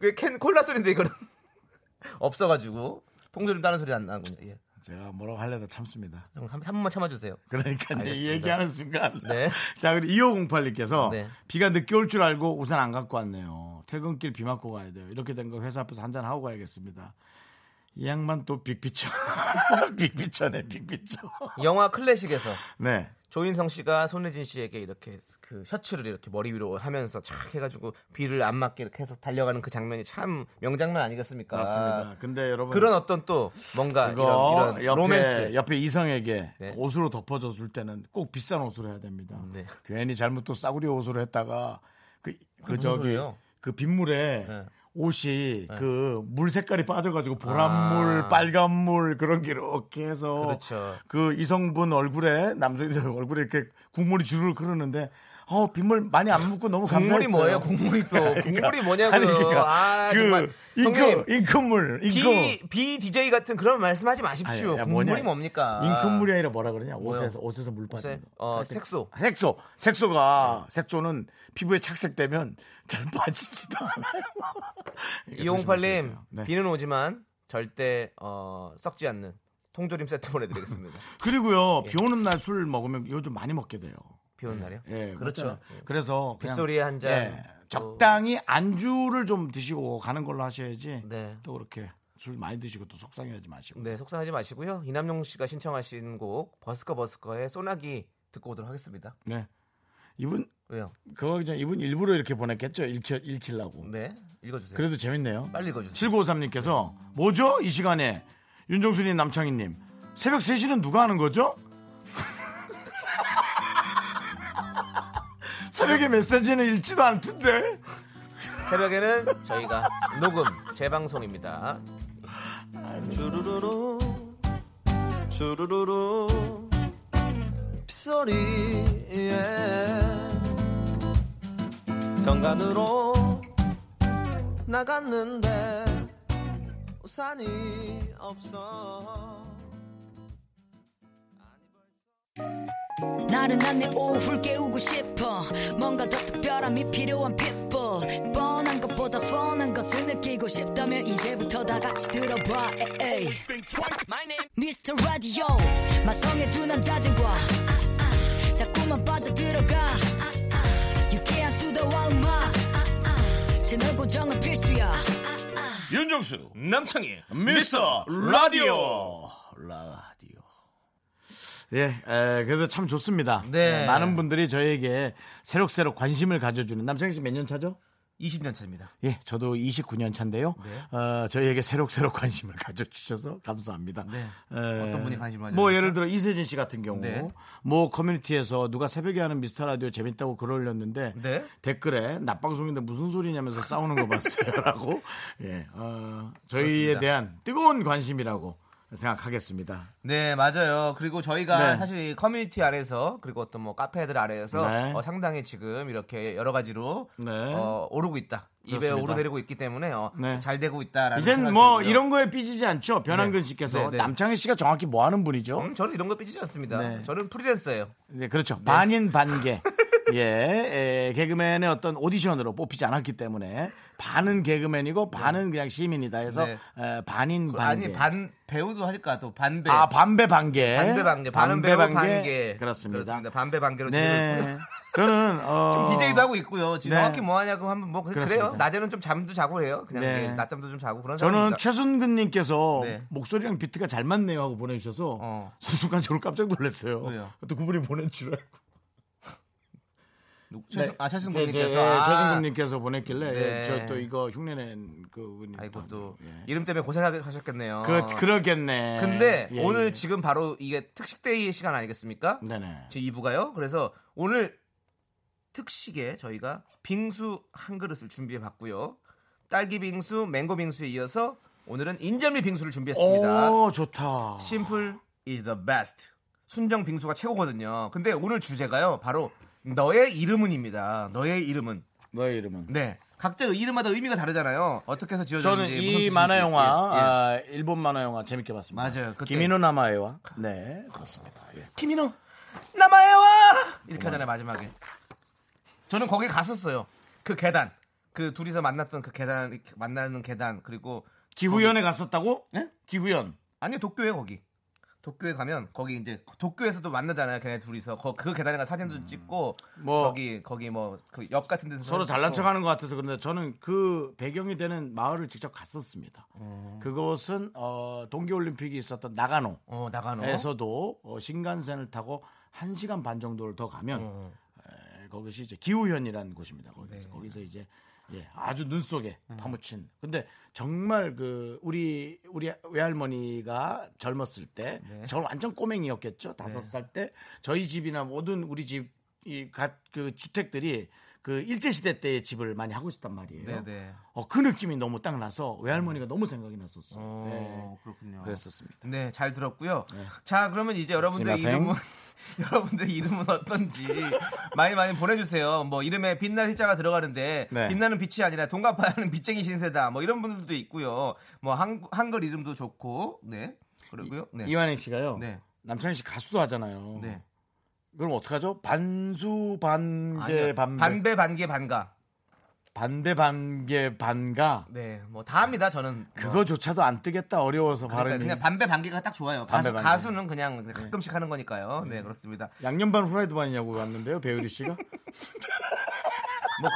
S2: 왜캔 콜라 소리인데 이거는 *laughs* 없어가지고 통조림 따는 소리 안 나는군요. 예.
S1: 제가 뭐라고 하려다 참습니다.
S2: 좀 한, 한 번만 참아주세요.
S1: 그러니까 이
S2: 알겠습니다.
S1: 얘기하는 순간.
S2: 네.
S1: *laughs* 자, 그리고 2508님께서
S2: 네.
S1: 비가 늦게 올 줄 알고 우산 안 갖고 왔네요. 퇴근길 비 맞고 가야 돼요. 이렇게 된 거 회사 앞에서 한잔 하고 가야겠습니다. 이 양만 또 빅피처. *laughs* 빅피처네, 빅피처.
S2: 영화 클래식에서
S1: 네.
S2: 조인성 씨가 손예진 씨에게 이렇게 그 셔츠를 이렇게 머리 위로 하면서 착 해가지고 비를 안 맞게 이렇게 해서 달려가는 그 장면이 참 명장면 아니겠습니까?
S1: 맞습니다. 근데 여러분.
S2: 그런 어떤 또 뭔가
S1: 이거
S2: 이런, 이런
S1: 옆에,
S2: 로맨스
S1: 옆에 이성에게
S2: 네.
S1: 옷으로 덮어줘 줄 때는 꼭 비싼 옷으로 해야 됩니다.
S2: 네.
S1: 괜히 잘못 또 싸구려 옷으로 했다가 그, 그
S2: 무슨
S1: 저기
S2: 소리예요?
S1: 그 빗물에
S2: 네.
S1: 옷이 그 물 색깔이 빠져가지고
S2: 아.
S1: 보란물, 빨간물 그런 게 이렇게 해서
S2: 그렇죠.
S1: 그 이성분 얼굴에 남성들 *laughs* 얼굴에 이렇게 국물이 주르륵 흐르는데 어 빗물 많이 안 묻고 너무
S2: 국물이
S1: 감사했어요. 그러니까
S2: 뭐예요? 국물이
S1: *laughs*
S2: 또 국물이 뭐냐고요?
S1: 아니, 그러니까
S2: 아
S1: 그
S2: 정말
S1: 잉크
S2: 형님
S1: 잉크물 잉크
S2: 비, 비 DJ 같은 그런 말씀하지 마십시오.
S1: 아니, 야, 뭐냐.
S2: 국물이 뭡니까?
S1: 잉크물이 아니라 뭐라 그러냐?
S2: 뭐요?
S1: 옷에서 옷에서 물 빠지는
S2: 글쎄,
S1: 거.
S2: 어, 색소. 네.
S1: 색소. 색소가 색소는 피부에 착색되면 잘 빠지지도 않아요. *laughs* 그러니까 조심하셔야
S2: 이용팔님
S1: 돼요. 네.
S2: 비는 오지만 절대 어, 썩지 않는 통조림 세트 *laughs* 보내드리겠습니다.
S1: 그리고요.
S2: 예.
S1: 비 오는 날 술 먹으면 요즘 많이 먹게 돼요.
S2: 비 오는 날이요?
S1: 예.
S2: 그렇죠.
S1: 맞잖아요. 그래서 그냥
S2: 빗소리에 한 잔,
S1: 예,
S2: 또-
S1: 적당히 안주를 좀 드시고 가는 걸로 하셔야지.
S2: 네.
S1: 또 그렇게 술 많이 드시고 또 속상해하지 마시고.
S2: 네, 속상하지 마시고요. 이남용 씨가 신청하신 곡 버스커 버스커의 소나기 듣고 오도록 하겠습니다.
S1: 네. 이분
S2: 왜요?
S1: 그거 그냥 이분 일부러 이렇게 보냈겠죠. 읽혀 읽히려고.
S2: 네, 읽어주세요.
S1: 그래도 재밌네요.
S2: 빨리 읽어주세요.
S1: 7953님께서 뭐죠? 이 시간에 윤종수님 남창희님 새벽 3시는 누가 하는 거죠? *laughs* 새벽에 메시지는 읽지도 않던데
S2: 새벽에는 *laughs* 저희가 녹음 재방송입니다.
S4: 주루루루 주루루루 빗소리에 현관으로 나갔는데 우산이 없어
S5: 나른한 내 오후를 깨우고 싶어 뭔가 더 특별함이 필요한 people 뻔한 것보다 뻔한 것을 느끼고 싶다면 이제부터 다 같이 들어봐 에이. Mr. Radio 마성의 두 남자들과 자꾸만 빠져들어가 유쾌한 수도와 음악 채널 고정은 필수야
S1: 윤종수 남창희 미스터 라디오 라디오 예, 에, 그래도 참 좋습니다. 예,
S2: 네.
S1: 많은 분들이 저에게 새록새록 관심을 가져주는 남창희 씨 몇 년 차죠?
S2: 20년 차입니다. 네.
S1: 예, 저도 29년 차인데요. 어, 저희에게 새록새록 관심을 *laughs* 가져주셔서 감사합니다. 에,
S2: 네. 어떤 분이 관심을 가져주셨죠?
S1: 뭐 예를 들어 이세진 씨 같은 경우
S2: 네.
S1: 뭐 커뮤니티에서 누가 새벽에 하는 미스터 라디오 재밌다고 글 올렸는데
S2: 네.
S1: 댓글에 낮방송인데 무슨 소리냐면서 싸우는 거 봤어요라고 *laughs* 예, 어, 저희에
S2: 그렇습니다.
S1: 대한 뜨거운 관심이라고 생각하겠습니다.
S2: 네, 맞아요. 그리고 저희가
S1: 네.
S2: 사실 이 커뮤니티 아래에서 그리고 어떤 뭐 카페들 아래에서
S1: 네.
S2: 어, 상당히 지금 이렇게 여러 가지로
S1: 네.
S2: 어, 오르고 있다. 입에
S1: 그렇습니다.
S2: 오르내리고 있기 때문에 어,
S1: 네.
S2: 잘 되고 있다라는
S1: 이젠
S2: 생각이
S1: 뭐
S2: 들고요.
S1: 이런 거에 삐지지 않죠. 변한근 씨께서
S2: 네, 네.
S1: 남창희 씨가 정확히 뭐 하는 분이죠?
S2: 음, 저는 이런 거 삐지지 않습니다.
S1: 네.
S2: 저는 프리랜서예요.
S1: 네, 그렇죠. 반인
S2: *laughs*
S1: 반개. 예, 에, 개그맨의 어떤 오디션으로 뽑히지 않았기 때문에 반은 개그맨이고 반은 그냥 시민이다 해서
S2: 네.
S1: 에, 반인 반개.
S2: 아니 반 배우도 하실까 또 반배.
S1: 아, 반배 반개.
S2: 반배 반개. 반은 배우 반개.
S1: 그렇습니다.
S2: 반배 반개로 지내고
S1: 네.
S2: 있고요.
S1: 저는
S2: *laughs*
S1: 어,
S2: DJ도 하고 있고요. 지금
S1: 네.
S2: 정확히 뭐 하냐고 하면 뭐 그- 그래요.
S1: 그렇습니다.
S2: 낮에는 좀 잠도 자고 해요. 그냥
S1: 네.
S2: 예, 낮잠도 좀 자고 그런
S1: 저는
S2: 사람입니다.
S1: 최순근님께서
S2: 네.
S1: 목소리랑 비트가 잘 맞네요 하고 보내주셔서
S2: 어.
S1: 순간 저를 깜짝 놀랐어요.
S2: 왜요?
S1: 또 그분이 보낸 줄 알고.
S2: 누- 최승, 아
S1: 제- 제-
S2: 최승국님께서
S1: 예,
S2: 아,
S1: 네. 최승근님께서 보내길래 예,
S2: 네.
S1: 저 또 이거 흉내낸 그분이
S2: 아이고 또
S1: 예.
S2: 이름 때문에 고생하셨겠네요.
S1: 그 그러겠네.
S2: 근데
S1: 예,
S2: 오늘
S1: 예.
S2: 지금 바로 이게 특식데이 시간 아니겠습니까?
S1: 네네.
S2: 제 2부가요. 그래서 오늘 특식에 저희가 빙수 한 그릇을 준비해 봤고요. 딸기 빙수, 맹고 빙수에 이어서 오늘은 인절미 빙수를 준비했습니다.
S1: 오 좋다.
S2: 심플 is the best. 순정 빙수가 최고거든요. 근데 오늘 주제가요. 바로 너의 이름은입니다. 너의 이름은.
S1: 너의 이름은?
S2: 네. 각자 이름마다 의미가 다르잖아요. 어떻게 해서 지어졌는지
S1: 저는
S2: 무슨
S1: 이
S2: 뜻인지.
S1: 만화 영화,
S2: 예, 예.
S1: 아, 일본 만화 영화 재밌게 봤습니다.
S2: 맞아요. 그때-
S1: 김인호 남아애와. 네, 그렇습니다. 예.
S2: 키미노 남아요와 이렇게 하잖아요 마지막에 저는 거길 갔었어요 그 계단 그 둘이서 만났던 그 계단 이렇게 만나는 계단 그리고
S1: 기후연에 갔었다고?
S2: 네?
S1: 예? 기후연.
S2: 아니 도쿄에 거기 도쿄에 가면 거기 이제 도쿄에서도 만나잖아요 걔네 둘이서 거, 그 계단에 가 사진도 찍고
S1: 음. 뭐.
S2: 저기 거기 뭐 그 옆 같은 데서
S1: 서로
S2: 사진
S1: 잘난
S2: 찍고.
S1: 척하는 것 같아서 그런데 저는 그 배경이 되는 마을을 직접 갔었습니다. 그것은 어, 동계올림픽이 있었던 나가노.
S2: 어 나가노
S1: 에서도 어, 신간센을 타고 1시간 반 정도를 더 가면
S2: 어.
S1: 에, 거기서 이제 기후현이라는 곳입니다. 거기서
S2: 네.
S1: 거기서 이제 예, 아주 눈 속에
S2: 음.
S1: 파묻힌. 근데 정말 그 우리 우리 외할머니가 젊었을 때
S2: 네.
S1: 저 완전 꼬맹이였겠죠. 다섯 살 때 저희 집이나 모든 우리 집이그 주택들이 그 일제 시대 때의 집을 많이 하고 있었단 말이에요.
S2: 네네 네.
S1: 어, 그 느낌이 너무 딱 나서 외할머니가 너무 생각이 났었어.
S2: 어
S1: 요
S2: 그렇군요
S1: 네. 그랬었습니다.
S2: 네, 잘 들었고요. 자, 그러면 이제 여러분들
S1: 스미마셍.
S2: 이름은 *laughs* 여러분들 이름은 어떤지 많이 많이 보내주세요. 뭐 이름에 빛날 희자가 들어가는데
S1: 네.
S2: 빛나는 빛이 아니라 동갑하는 빛쟁이 신세다. 뭐 이런 분들도 있고요. 뭐 한, 한글 이름도 좋고, 네, 그러고요. 네,
S1: 이완행 어, 씨가요.
S2: 네.
S1: 남창희 씨 가수도 하잖아요.
S2: 네.
S1: 그럼 어떡하죠? 반수 반개
S2: 아니요.
S1: 반배
S2: 반배 반개 반가.
S1: 반대 반개 반가
S2: 네, 뭐 다 합니다. 저는 뭐.
S1: 그거조차도 안 뜨겠다 어려워서
S2: 그러니까
S1: 발음이
S2: 그냥 반배 반개가 딱 좋아요. 가수,
S1: 반배 반개. 네.
S2: 가수는 그냥 가끔씩 하는 거니까요. 네, 그렇습니다.
S1: 양념반 후라이드 반이냐고 왔는데요 배우리
S2: *laughs*
S1: 씨가
S2: 뭐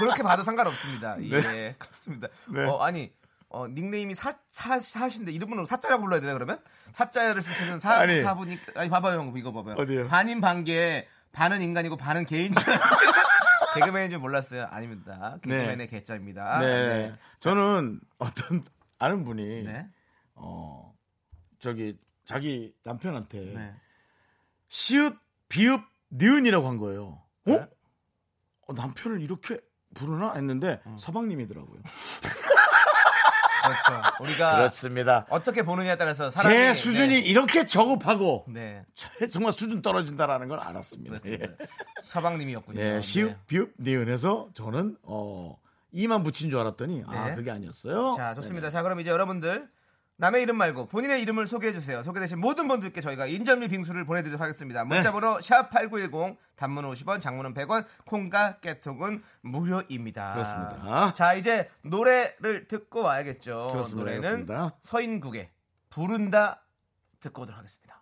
S2: 그렇게 봐도 상관없습니다. 예, 그렇습니다.
S1: 네.
S2: 어, 아니 어, 닉네임이 사, 사, 사신데 이름으로 사자라고 불러야 되나 그러면? 사자를 쓰시는 사,
S1: 아니.
S2: 사분이 아니 봐봐요 형 이거 봐봐요.
S1: 어디요?
S2: 반인 반개 반은 인간이고 반은 개인 줄 *laughs* 개그맨인 줄 몰랐어요. 아닙니다. 개그맨의
S1: 네.
S2: 개자입니다.
S1: 네. 저는 어떤 아는 분이
S2: 네.
S1: 어 저기 자기 남편한테
S2: 네.
S1: 시읒 비읍 니은이라고 한 거예요 어?
S2: 네.
S1: 어, 남편을 이렇게 부르나 했는데
S2: 음.
S1: 서방님이더라고요
S2: 그렇죠. 우리가
S1: 그렇습니다
S2: 어떻게 보느냐에 따라서 사람이
S1: 제 수준이
S2: 네.
S1: 이렇게 저급하고
S2: 네.
S1: 정말 수준 떨어진다라는 걸 알았습니다.
S2: 그렇습니다.
S1: 예.
S2: 서방님이었군요.
S1: 네,
S2: 네.
S1: 시읍, 비읍, 니은에서 저는 어 이만 붙인 줄 알았더니 아
S2: 네.
S1: 그게 아니었어요. 네.
S2: 자, 좋습니다. 자, 그럼 이제 여러분들 남의 이름 말고 본인의 이름을 소개해 주세요. 소개되신 모든 분들께 저희가 인절미 빙수를 보내드리도록
S1: 네.
S2: 하겠습니다. 문자번호 샵8910 단문 50원, 장문은 100원, 콩과 깨톡은 무료입니다.
S1: 그렇습니다.
S2: 자, 이제 노래를 듣고 와야겠죠.
S1: 그렇습니다.
S2: 노래는
S1: 그렇습니다.
S2: 서인국의 부른다 듣고 오도록 하겠습니다.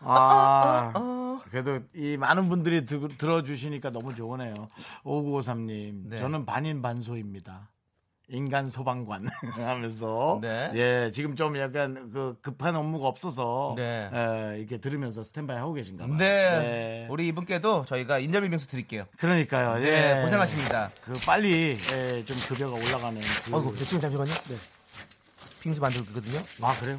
S1: 아, 그래도 이 많은 분들이 드- 들어주시니까 너무 좋으네요. 5953님,
S2: 네.
S1: 저는 반인 반소입니다. 인간 소방관 *laughs* 하면서
S2: 네.
S1: 예 지금 좀 약간 그 급한 업무가 없어서
S2: 네.
S1: 예, 이렇게 들으면서 스탠바이 하고 계신가 봐요.
S2: 네.
S1: 예.
S2: 우리 이분께도 저희가 인절미 빙수 드릴게요.
S1: 그러니까요.
S2: 네,
S1: 예.
S2: 고생하십니다.
S1: 그 빨리 예, 좀 급여가 올라가는. 그...
S2: 아이고, 저 지금 잠시만요. 네. 빙수 만들거든요.
S1: 아 그래요?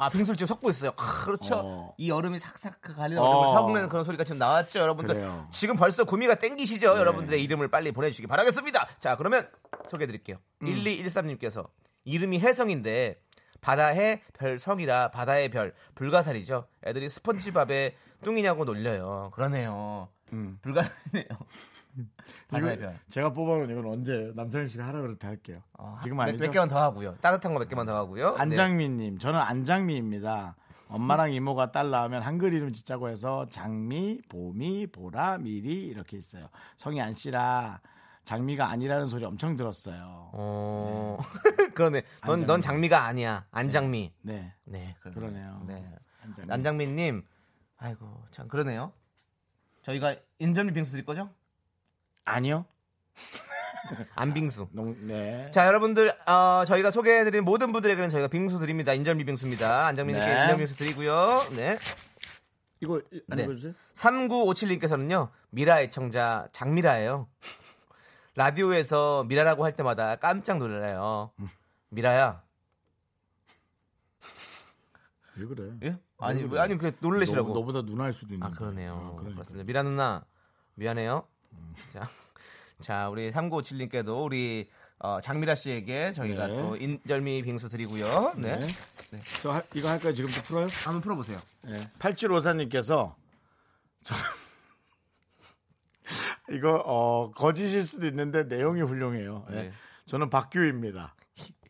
S2: 아 빙수를 지금 섞고 있어요. 아, 그렇죠.
S1: 어.
S2: 이 여름이 삭삭 그 갈리는
S1: 어.
S2: 얼음을 섞는 그런 소리가 지금 나왔죠, 여러분들.
S1: 그래요. 네.
S2: 지금 벌써 구미가 땡기시죠, 여러분들의 이름을 빨리 보내주시기 바라겠습니다. 자, 그러면 소개해드릴게요.
S1: 음.
S2: 1213님께서 이름이 혜성인데 바다해 별성이라 바다의 별 불가사리죠. 애들이 스펀지밥에 뚱이냐고 놀려요. 그러네요.
S1: 음.
S2: 불가사리네요. 바다의
S1: 이거
S2: 별.
S1: 제가 뽑아놓은 이건 언제예요? 남창희 씨가 하라 그럴 때 할게요.
S2: 어,
S1: 지금
S2: 몇-
S1: 아니죠? 네,
S2: 몇 개만 더 하고요. 따뜻한 거 몇 개만 더 하고요. 네.
S1: 안장미님, 저는 안장미입니다. 엄마랑 이모가 딸 낳으면 한글 이름 짓자고 해서 장미, 보미, 보라, 미리 이렇게 있어요. 성이 안 씨라 장미가 아니라는 소리 엄청 들었어요.
S2: 어 *laughs* 그러네. 넌, 넌
S1: 안장미.
S2: 장미가 아니야. 안장미.
S1: 네,
S2: 네, 그러네.
S1: 그러네요.
S2: 네.
S1: 안장미.
S2: 안장미님 아이고 참 그러네요. 저희가 인절미 빙수 드릴 거죠?
S1: 아니요.
S2: 안 빙수.
S1: 너무 네.
S2: 자 여러분들 어, 저희가 소개해드린 모든 분들에게는 저희가 빙수 드립니다. 인절미 빙수입니다. 안정민님께
S1: 네.
S2: 인절미 빙수 드리고요. 네.
S1: 이거 안
S2: 네.
S1: 읽어주세요.
S2: 3957님께서는요 미라 애청자 장미라예요 라디오에서 미라라고 할 때마다 깜짝 놀라요 미라야
S1: 왜 그래?
S2: 예? 아니 왜, 아니 그래 놀래시라고
S1: 너, 보다 누나일 수도 있는.
S2: 아 그러네요
S1: 그러니까.
S2: 그렇습니다 미라 누나 미안해요 *laughs* 자, 자 우리 3957님께도 우리 어, 장미라 씨에게 저희가
S1: 네.
S2: 또 인절미 빙수 드리고요 네,
S1: 네. 저 하- 이거 할까요? 지금부터 풀어요?
S2: 한번 풀어보세요
S1: 네. 8754님께서 저 *laughs* 이거 어, 거짓일 수도 있는데 내용이 훌륭해요. 네.
S2: 네.
S1: 저는 박규입니다.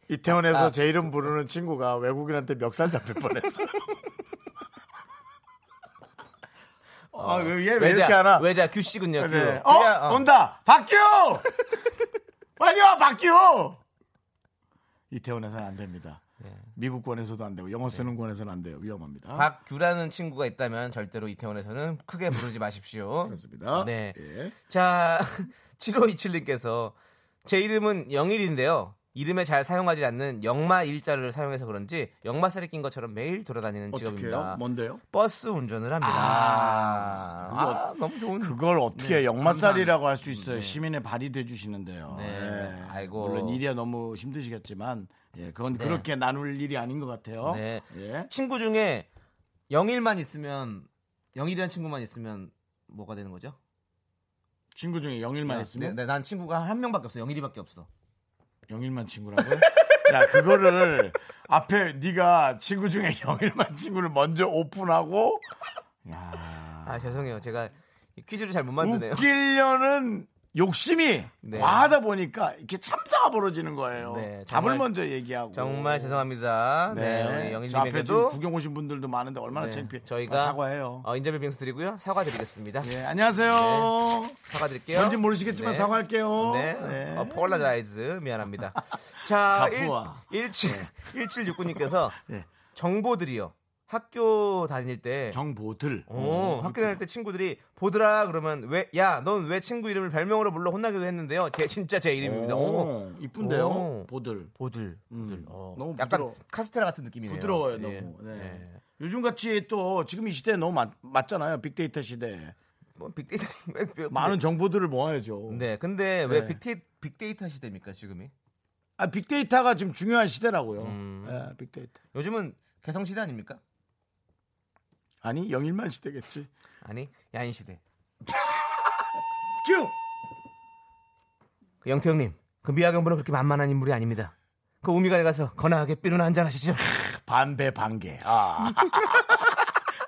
S1: 이태원에서
S2: 아.
S1: 제 이름 부르는 친구가 외국인한테 멱살 잡힐
S2: *laughs*
S1: 뻔했어.
S2: 어. 아왜
S1: 네, 왜 이렇게 하나?
S2: 외자 규씨군요 규.
S1: 네. 어?
S2: 규야, 어.
S1: 온다! 박규! *laughs* 빨리 와, 박규! 이태원에서는 안 됩니다. 미국권에서도 안 되고 영어 쓰는 권에서는 안 돼요. 위험합니다.
S2: 네. 박규라는 친구가 있다면 절대로 이태원에서는 크게 부르지 마십시오.
S1: 그렇습니다.
S2: 네.
S1: 예.
S2: 자, *laughs* 7527님께서 제 이름은 영일인데요. 이름에 잘 사용하지 않는 영마 일자를 사용해서 그런지 영마살이 낀 것처럼 매일 돌아다니는
S1: 어떻게
S2: 직업입니다.
S1: 해요? 뭔데요?
S2: 버스 운전을 합니다. 아,
S1: 그거 어-
S2: 너무 좋은
S1: 그걸 어떻게
S2: 네,
S1: 역마살이라고 할 수 있어요?
S2: 네.
S1: 시민의 발이 돼 주시는데요. 예.
S2: 네, 아이고.
S1: 물론 일이야 너무 힘드시겠지만 예, 그건
S2: 네.
S1: 그렇게 나눌 일이 아닌 것 같아요.
S2: 네.
S1: 예.
S2: 친구 중에 영일만 있으면 영일이라는 친구만 있으면 뭐가 되는 거죠?
S1: 친구 중에 영일만
S2: 네,
S1: 있으면
S2: 네, 난 친구가 한 명밖에 없어. 영일이밖에 없어.
S1: 영일만 친구라고? *laughs* 야 그거를 앞에 네가 친구 중에 *laughs* 영일만 친구를 먼저 오픈하고 야
S2: 아, 죄송해요. 제가 퀴즈를 잘 못 만드네요.
S1: 웃기려는 욕심이
S2: 네.
S1: 과하다 보니까 이렇게 참사가 벌어지는 거예요.
S2: 네,
S1: 답을
S2: 정말-
S1: 먼저 얘기하고
S2: 정말 죄송합니다. 네, 우리
S1: 저 앞에 지금
S2: 영일님에게도
S1: 구경 오신 분들도 많은데 얼마나
S2: 네,
S1: 창피해.
S2: 저희가
S1: 아, 사과해요.
S2: 어, 인절미 빙수 드리고요. 사과 드리겠습니다.
S1: 예, 안녕하세요.
S2: *laughs* 사과 드릴게요.
S1: 뭔지 모르시겠지만
S2: 네.
S1: 사과할게요.
S2: 네.
S1: 네.
S2: 어, 폴라자이즈
S1: *laughs*
S2: 미안합니다. 자,
S1: 가푸아.
S2: 17 *laughs* 1769님께서
S1: *laughs* 네.
S2: 정보들이요. 학교 다닐 때
S1: 정보들. 음,
S2: 오, 학교 다닐 때 친구들이 보드라 그러면 왜 야 넌 왜 친구 이름을 별명으로 불러 혼나기도 했는데요. 제 진짜 제 이름입니다. 오.
S1: 오, 이쁜데요.
S2: 오.
S1: 보들.
S2: 보들.
S1: 음.
S2: 어,
S1: 너무
S2: 약간
S1: 부드러워.
S2: 카스테라 같은 느낌이네요.
S1: 부드러워요
S2: 예.
S1: 너무. 네.
S2: 예.
S1: 요즘 같이 또 지금 이 시대에 너무 맞, 맞잖아요. 빅데이터 시대에
S2: 뭐 빅데이터 왜- 왜-
S1: 많은 정보들을 모아야죠.
S2: 네, 근데 왜
S1: 네.
S2: 빅데이, 빅데이터 시대입니까 지금이?
S1: 아 빅데이터가 지금 중요한 시대라고요. 예, 빅데이터.
S2: 요즘은 개성 시대 아닙니까?
S1: 아니 영일만 시대겠지.
S2: 아니 야인 시대.
S1: 쭉.
S2: 그 영태형님, 그 미아경부는 그렇게 만만한 인물이 아닙니다. 그 우미관에 가서 거나하게 삐루나 한잔 하시죠. *laughs*
S1: 반배 반개. 아. *laughs*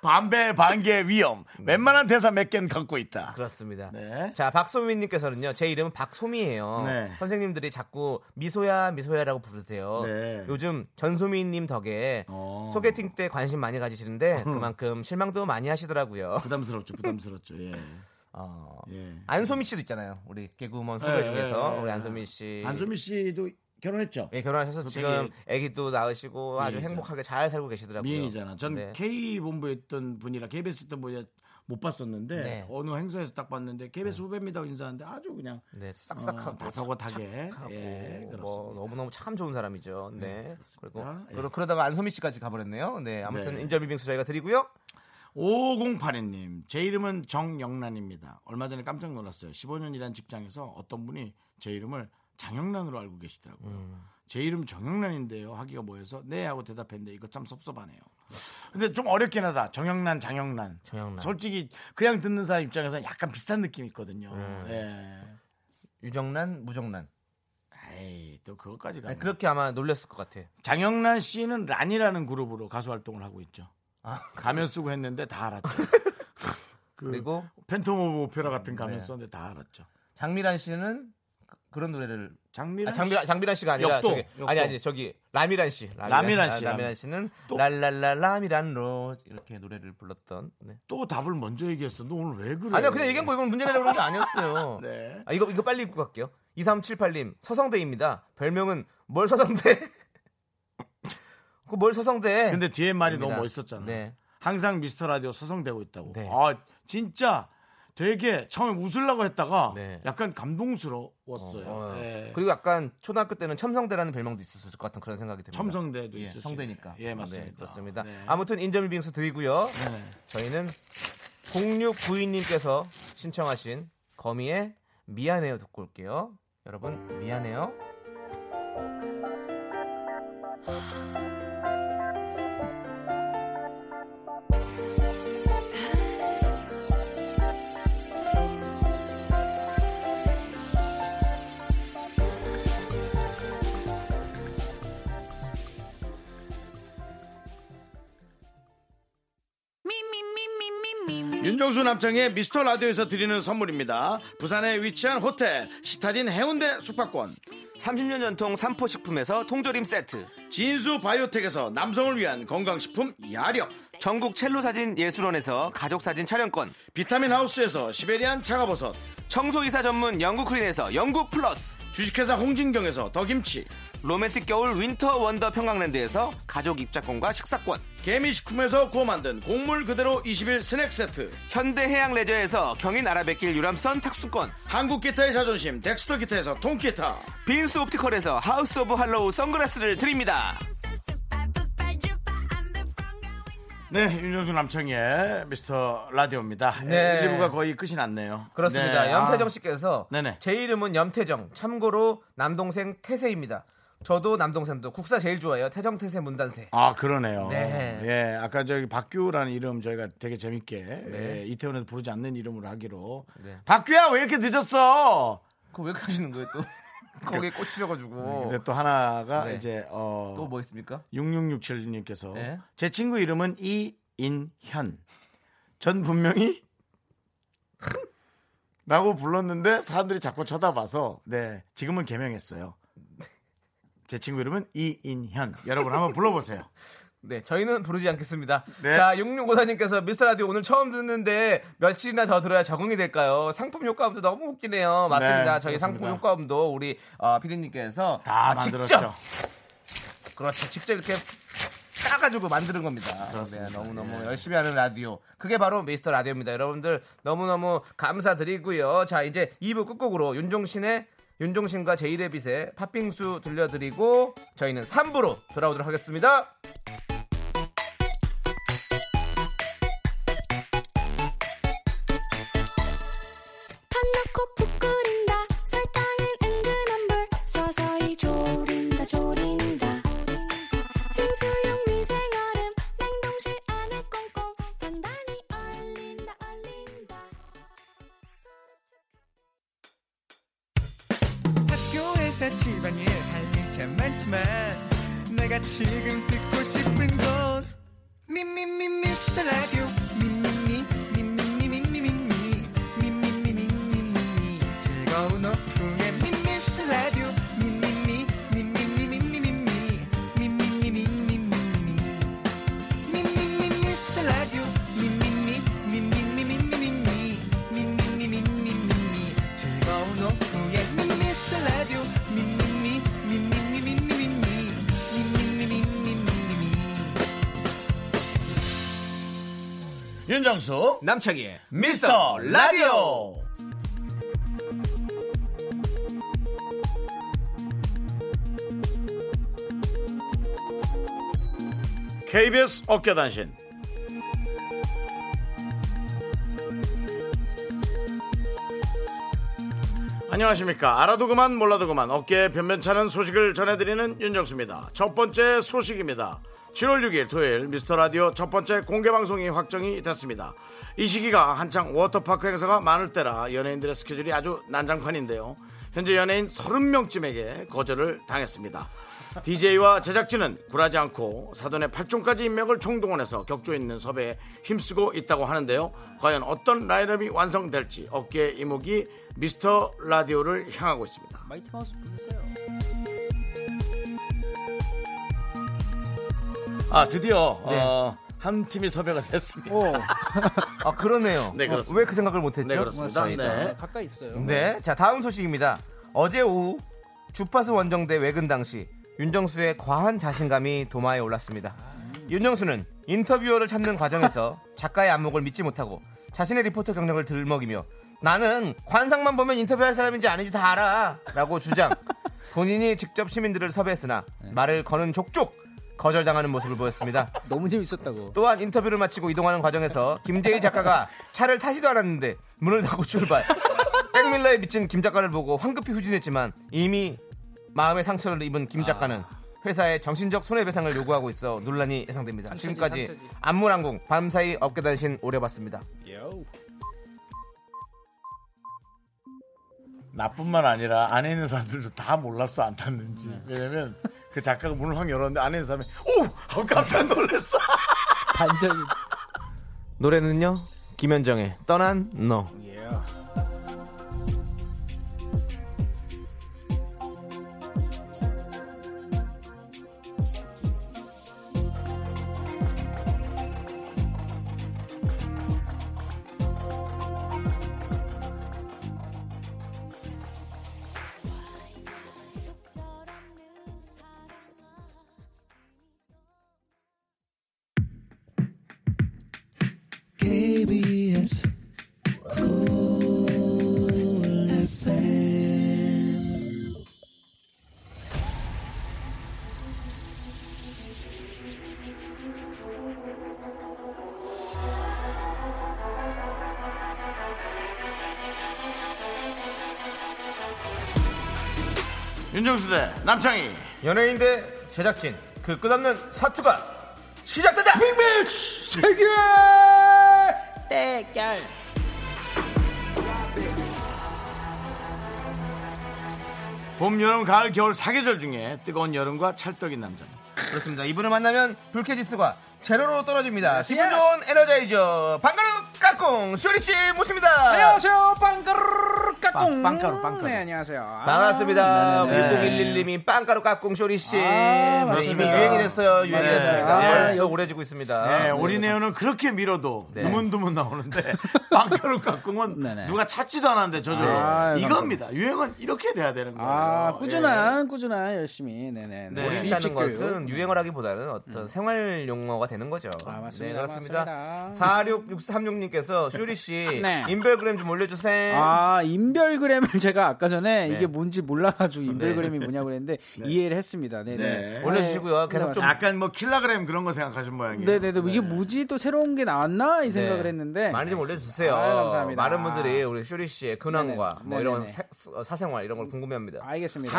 S1: 반배 반개 위험. 웬만한 대사 몇 개는 갖고 있다.
S2: 그렇습니다.
S1: 네.
S2: 자 박소민님께서는요, 제 이름은 박소미예요.
S1: 네.
S2: 선생님들이 자꾸 미소야 미소야라고 부르세요.
S1: 네.
S2: 요즘 전소미님 덕에
S1: 어.
S2: 소개팅 때 관심 많이 가지시는데 그만큼 실망도 많이 하시더라고요.
S1: 부담스럽죠. 부담스럽죠. 예.
S2: 어,
S1: 예.
S2: 안소미 씨도 있잖아요. 우리 개그우먼 후배
S1: 예,
S2: 중에서
S1: 예, 예.
S2: 우리 안소미 씨.
S1: 안소미 씨도 결혼했죠.
S2: 예, 결혼하셔서 지금 아기도 낳으시고 아주
S1: 미인이죠.
S2: 행복하게 잘 살고 계시더라고요.
S1: 미인이잖아. 전
S2: 네.
S1: K 본부에 있던 분이라 KBS 있던 분이 못 봤었는데
S2: 네.
S1: 어느 행사에서 딱 봤는데 KBS 후배입니다고 인사하는데 아주 그냥
S2: 네, 싹싹하고
S1: 어, 다소곳하게
S2: 하고
S1: 예,
S2: 뭐
S1: 그렇습니다. 음,
S2: 너무 너무 참 좋은 사람이죠. 네. 그리고
S1: 예.
S2: 그러, 그러다가 안소미 씨까지 가버렸네요. 네, 아무튼
S1: 네.
S2: 인절미빙수 저희가 드리고요.
S1: 5082님, 제 이름은 정영란입니다. 얼마 전에 깜짝 놀랐어요. 15년 일한 직장에서 어떤 분이 제 이름을 장영란으로 알고 계시더라고요. 제 이름 정영란인데요. 하기가 뭐해서 네 하고 대답했는데 이거 참 섭섭하네요. 근데 좀 어렵긴 하다. 정영란, 장영란.
S2: 정영란.
S1: 솔직히 그냥 듣는 사람 입장에서는 약간 비슷한 느낌이 있거든요. 예.
S2: 유정란, 무정란.
S1: 에이, 또 그것까지 가.
S2: 아니, 네, 그렇게 아마 놀렸을 것 같아.
S1: 장영란 씨는 란이라는 그룹으로 가수 활동을 하고 있죠. 가면 쓰고 했는데 다 알았죠. 그
S2: 그리고
S1: 팬텀 오브 오페라 같은 가면
S2: 네.
S1: 썼는데 다 알았죠.
S2: 장미란 씨는 그- 그런 노래를
S1: 장미란
S2: 아, 장미란, 장미란 씨가 아니라
S1: 역도,
S2: 저기,
S1: 역도.
S2: 아니 아니 저기 라미란 씨
S1: 라미란
S2: 아,
S1: 씨,
S2: 라미란
S1: 라미.
S2: 씨는
S1: 또-
S2: 랄랄라 라미란 로즈 이렇게 노래를 불렀던 네.
S1: 또 답을 먼저 얘기했어. 너 오늘 왜 그래?
S2: 아니요 그냥 얘기한 거 이건 문제 내려고 그런 게 아니었어요
S1: *laughs* 네.
S2: 아, 이거 이거 빨리 읽고 갈게요 2378님 서성대입니다 별명은 뭘 서성대 *laughs* 그뭘 서성대
S1: 근데 뒤에 말이
S2: 입니다.
S1: 너무 멋있었잖아.
S2: 네.
S1: 항상 미스터 라디오 소송되고 있다고.
S2: 네.
S1: 아 진짜 되게 처음에 웃으려고 했다가
S2: 네.
S1: 약간 감동스러웠어요.
S2: 어.
S1: 예.
S2: 그리고 약간 초등학교 때는 첨성대라는 별명도 있었을 것 같은 그런 생각이 듭니다.
S1: 첨성대도
S2: 예,
S1: 있었죠.
S2: 성대니까.
S1: 예 맞습니다.
S2: 네, 그렇습니다.
S1: 네.
S2: 아무튼 인절미 빙수 드리고요. 저희는 0692님께서 신청하신 거미의 미안해요 듣고 올게요. 여러분 미안해요.
S1: 윤정수 남창의 미스터 라디오에서 드리는 선물입니다. 부산에 위치한 호텔 시타딘 해운대 숙박권,
S2: 30년 전통 삼포식품에서 통조림 세트
S1: 진수 바이오텍에서 남성을 위한 건강식품 야력,
S2: 전국 첼로사진 예술원에서 가족사진 촬영권
S1: 비타민 하우스에서 시베리안 차가버섯,
S2: 청소이사 전문 영국크린에서 영국 플러스
S1: 주식회사 홍진경에서 더김치,
S2: 로맨틱 겨울 윈터 원더 평강랜드에서 가족 입자권과 식사권
S1: 개미식품에서 구워 만든 곡물 그대로 21 스낵 세트,
S2: 현대해양 레저에서 경인 아라뱃길 유람선 탁수권
S1: 한국 기타의 자존심 덱스터 기타에서 통기타,
S2: 빈스 옵티컬에서 하우스 오브 할로우 선글라스를 드립니다
S1: 네, 윤정수 남창의 미스터 라디오입니다.
S2: 네.
S1: 1부가 거의 끝이 났네요.
S2: 그렇습니다
S1: 네,
S2: 염태정
S1: 아,
S2: 씨께서
S1: 네네.
S2: 제 이름은 염태정 참고로 남동생 태세입니다 저도 남동생도 국사 제일 좋아해요 태정 태세 문단세
S1: 아 그러네요.
S2: 네.
S1: 예, 아까 저기 박규라는 이름 저희가 되게 재밌게 예, 이태원에서 부르지 않는 이름으로 하기로.
S2: 네.
S1: 박규야 왜 이렇게 늦었어?
S2: 그거 왜 가시는 거예요 또 *laughs* 네, 거기에 꽂히셔가지고
S1: 근데 또 하나가
S2: 네.
S1: 이제 어
S2: 또 뭐 있습니까?
S1: 6667님께서
S2: 네.
S1: 제 친구 이름은 이인현. 전 분명히 라고 불렀는데 사람들이 자꾸 쳐다봐서 네 지금은 개명했어요. 제 친구 이름은 이인현. 여러분 한번 불러보세요.
S2: 네, 저희는 부르지 않겠습니다.
S1: 네.
S2: 자, 6654님께서 미스터 라디오 오늘 처음 듣는데 며칠이나 더 들어야 적응이 될까요? 상품 효과음도 너무 웃기네요. 맞습니다.
S1: 네,
S2: 저희
S1: 그렇습니다.
S2: 상품 효과음도 우리 어, 피디님께서
S1: 다
S2: 아,
S1: 만들었죠.
S2: 직접 그렇죠. 직접 이렇게 까가지고 만드는 겁니다. 네,
S1: 예.
S2: 너무너무 열심히 하는 라디오. 그게 바로 미스터 라디오입니다. 여러분들 너무너무 감사드리고요. 자, 이제 2부 끝곡으로 윤종신의 윤종신과 제이레빗의 팥빙수 들려드리고 저희는 3부로 돌아오도록 하겠습니다.
S6: 팥 넣고 푹 끓인다 설탕은 은근한 불 서서히 졸인다 졸인다 빙수용 미생얼음 냉동실 안에 꽁꽁 단단히 얼린다 얼린다 그렇죠.
S7: 학교에서 집안일 할 일 참 많지만 내가 지금 듣고 싶은 건 미미미 미스터 라디오 미미미 미미미 미미미 미미미 미미미 미미미 즐거운 오후에 미스터 라디오 미미미 미미미 미미미 미미미 미미미 미미미 미스터 라디오 미미미 미미미 미미미 미미미 미미미 즐거운 오후에 미스터 라디오 미미미 미미미 미미미 미미미 미미미
S1: 윤정수
S2: 남창희의
S1: 미스터 라디오 KBS 어깨단신 안녕하십니까 알아도 그만 몰라도 그만 어깨에 변변찮은 소식을 전해드리는 윤정수입니다 첫 번째 소식입니다 7월 6일 토요일 미스터라디오 첫 번째 공개방송이 확정이 됐습니다 이 시기가 한창 워터파크 행사가 많을 때라 연예인들의 스케줄이 아주 난장판인데요 현재 연예인 30명쯤에게 거절을 당했습니다 DJ와 제작진은 굴하지 않고 사돈의 8종까지 인맥을 총동원해서 격조 있는 섭외에 힘쓰고 있다고 하는데요. 과연 어떤 라인업이 완성될지 어깨의 이목이 미스터 라디오를 향하고 있습니다. 아 드디어 어, 한 팀이 섭외가 됐습니다. *laughs*
S2: 아 그러네요.
S1: 네, 그렇습니다.
S2: 왜 그 생각을 못했죠?
S1: 네 그렇습니다. 네.
S2: 네, 자 다음 소식입니다. 어제 오후 주파수 원정대 외근 당시 윤정수의 과한 자신감이 도마에 올랐습니다. 윤정수는 인터뷰어를 찾는
S1: *laughs*
S2: 과정에서 작가의 안목을 믿지 못하고 자신의 리포터 경력을 들먹이며 나는 관상만 보면 인터뷰할 사람인지 아닌지 다 알아 라고 주장 본인이 직접 시민들을 섭외했으나
S1: 네.
S2: 말을 거는 족족 거절당하는 모습을 보였습니다
S7: 너무 재밌었다고.
S2: 또한 인터뷰를 마치고 이동하는 과정에서 김재희 작가가 차를 타지도 않았는데 문을 닫고 *laughs* 출발. 백밀러에 미친 김 작가를 보고 황급히 후진했지만 이미 마음의 상처를 입은 김 작가는 회사에 정신적 손해배상을 요구하고 있어 논란이 예상됩니다. 지금까지
S7: 상처지.
S2: 안물항공 밤사이 업계단신 오려봤습니다.
S1: 나뿐만 아니라 안에 있는 사람들도 다 몰랐어 안 탔는지 왜냐면 그 작가가 문을 확 열었는데 안에 있는 사람이 오 하고 깜짝 놀랐어
S7: 반전이.
S2: 노래는요 김현정의 떠난 너.
S8: KBS
S1: *laughs* 윤정수 대 남창희
S2: 연예인 대 제작진 그 끝없는 사투가 시작된다. 빅매치 세계 대결.
S1: 봄 여름 가을 겨울 사계절 중에 뜨거운 여름과 찰떡인 남자입니다
S2: 그렇습니다. 이분을 만나면 불쾌지수가 제로로 떨어집니다. 기분 좋은 에너자이저 방가루 깍꿍 쇼리 씨 모십니다.
S7: 안녕하세요, 빵가루
S1: 빵-
S7: 까꿍.
S1: 빵가루, 빵가루.
S7: 네, 안녕하세요. 아,
S2: 반갑습니다.
S7: 네네네. 아,
S2: 1011님이 빵가루 깍꿍 쇼리 씨. 네, 이미
S1: 맞습니다.
S2: 유행이
S7: 네.
S2: 됐어요. 유행이
S1: 맞아요.
S2: 됐습니다.
S1: 아,
S7: 예.
S2: 벌써 오래지고 있습니다.
S7: 아,
S1: 네, 오리네오는 그렇게 밀어도 드문드문 나오는데 *laughs* 빵가루 깍꿍은
S7: 네네.
S1: 누가 찾지도 않았는데 저절로
S7: 아,
S1: 이겁니다 유행은 이렇게 돼야 되는 거예요
S2: 어,
S7: 아,
S1: 예.
S7: 꾸준한, 꾸준한 열심히. 네네.
S1: 네.
S2: 모른다는
S7: 주입식 교육.
S2: 것은 유행을 하기보다는 어떤 생활 용어가 되는 거죠.
S7: 음. 아, 맞습니다.
S2: 네, 그렇습니다.
S7: 맞습니다. *laughs*
S2: 4636님께서 쇼리 씨
S7: 네.
S2: 인별그램 좀 올려주세요.
S7: 아, 인별그램을 *laughs* 제가 아까 전에
S2: 네.
S7: 이게 뭔지 몰라가지고 인별그램이
S2: *laughs*
S7: 뭐냐고 그랬는데 이해를 했습니다. 네네.
S1: 네.
S2: 올려주시고요. 계속 좀
S1: 약간 뭐 킬라그램 그런 거 생각하신 모양이에요
S7: 네네네. 이게 뭐지? 또 새로운 게 나왔나? 이
S2: 네.
S7: 생각을 했는데.
S2: 많이 좀 올려주세요.
S7: 아유, 감사합니다.
S2: 많은 분들이 우리 쇼리 씨의 근황과
S7: 네네.
S2: 뭐 이런
S7: 네네네. 아,
S2: 사- 어, 사생활 이런 걸 궁금해합니다.
S7: 알겠습니다.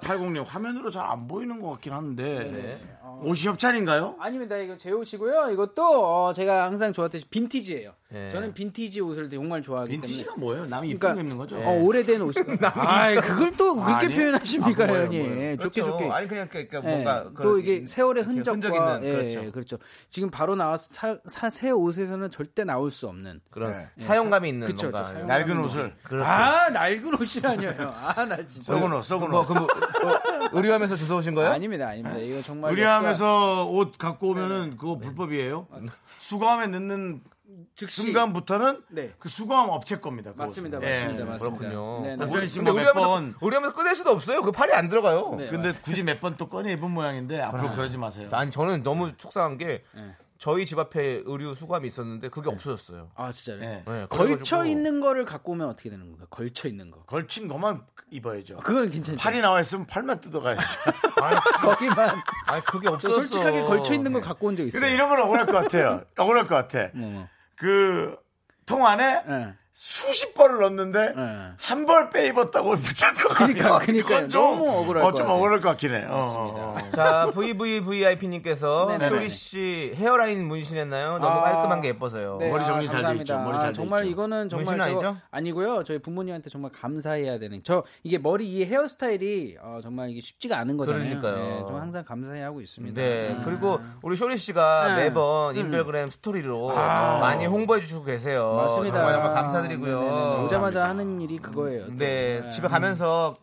S1: 3480님 화면으로 잘 안 보이는 것 같긴 한데
S7: 네.
S1: 옷이 협찬인가요?
S7: 아닙니다. 이거 제 옷이고요. 이것도 어, 제가 항상 좋아했듯이 빈티지예요.
S2: 예.
S7: 저는 빈티지 옷을 정말 좋아하기
S1: 빈티지가
S7: 때문에.
S1: 뭐예요? 남이 이쁜 거 입는 거죠?
S2: 예.
S7: 어, 오래된
S2: *laughs*
S7: 옷이. 아, 그걸 또 그렇게
S1: 아니,
S7: 표현하십니까,
S1: 아, 뭐예요,
S7: 형님?
S1: 뭐예요.
S7: 좋게
S2: 그렇죠.
S7: 좋게.
S2: 아니 그냥 그러니까
S7: 예,
S2: 뭔가
S7: 또
S2: 그런
S7: 이게 세월의
S2: 이렇게
S7: 흔적과
S2: 흔적 있는,
S7: 예,
S2: 그렇죠.
S7: 예, 그렇죠. 지금 바로 나와서 사, 사- 새 옷에서는 절대 나올 수 없는.
S2: 그런 사용감이 있는
S7: 예. 그쵸,
S2: 뭔가
S7: 그쵸, 사용감.
S1: 낡은 옷을
S2: 그렇죠.
S7: 아, 낡은 옷이라뇨요. 아, 나 진짜.
S1: 썩은 옷, 썩은
S2: 뭐,
S1: 옷.
S2: 그 뭐, 어, 의뢰하면서 주워 오신 거예요?
S7: 아닙니다, 아닙니다. 이거 정말 네,
S1: 의뢰하면서 옷 갖고 오면은 그거 불법이에요. 수거함에 넣는
S7: 즉시
S1: 순간부터는
S7: 네.
S1: 그 수거함 업체 겁니다. 그거.
S7: 맞습니다,
S1: 예.
S7: 맞습니다, 맞습니다.
S2: 그렇군요. 어,
S7: 네, 네.
S1: 남편이
S2: 근데
S1: 씨뭐 몇 번.
S2: 의뢰하면서, 의뢰하면서 꺼낼 수도 없어요. 그 팔이 안 들어가요.
S7: 네.
S1: 근데 굳이 몇 번 또 꺼내 입은 모양인데 앞으로 그러지 마세요.
S2: 아니 저는 너무 속상한 게
S7: 네.
S2: 저희 집 앞에 의류 수거함이 있었는데 그게 없어졌어요.
S7: 아, 진짜요?
S1: 예.
S2: 네,
S7: 걸쳐
S2: 그래가지고
S7: 있는 거를 갖고 오면 어떻게 되는 건가? 걸쳐 있는 거.
S1: 걸친 것만 입어야죠.
S7: 아, 그건 괜찮죠.
S1: 팔이 나와 있으면 팔만 뜯어가야죠.
S7: *laughs* 거기만
S2: 아니 그게
S7: 저
S2: 없어졌어.
S7: 솔직하게 걸쳐 있는 걸 갖고 온 적 있어요.
S1: 근데 이런 건 억울할 것 같아요. 억울할 것 같아.
S7: 어.
S1: 그 통 안에
S7: 예.
S1: 수십 벌을 넣었는데
S7: 네.
S1: 한 벌 빼 입었다고 *laughs* 붙잡혀가면
S7: 그러니까, 그러니까요. 너무 억울할
S1: 어,
S7: 것
S1: 좀
S7: 같아요.
S1: 억울할 것 같긴 해. 어, 어, 어.
S2: 자, VVVIP님께서
S7: 네네네.
S2: 쇼리 씨 헤어라인 문신했나요? 너무
S7: 아,
S2: 깔끔한 게 예뻐서요.
S7: 네,
S1: 어, 머리 정리 잘돼
S7: 감사합니다. 아,
S1: 있죠. 머리 잘돼
S7: 정말
S1: 있죠.
S7: 이거는 정말
S2: 문신
S7: 저거
S2: 아니죠?
S7: 아니고요. 저희 부모님한테 정말 감사해야 되는. 저 이게 머리 이 헤어스타일이 어, 정말 이게 쉽지가 않은 거잖아요.
S2: 그러니까요.
S7: 네, 좀 항상 감사해 하고 있습니다.
S2: 네,
S7: 음.
S2: 그리고 우리 쇼리 씨가
S7: 네. 아.
S2: 매번 인별그램 스토리로 많이 홍보해 주시고 계세요.
S7: 맞습니다.
S2: 정말 정말
S7: 네네네.
S2: 감사드리고요.
S7: 오자마자 하는 일이 그거예요. 또.
S2: 네, 집에 가면서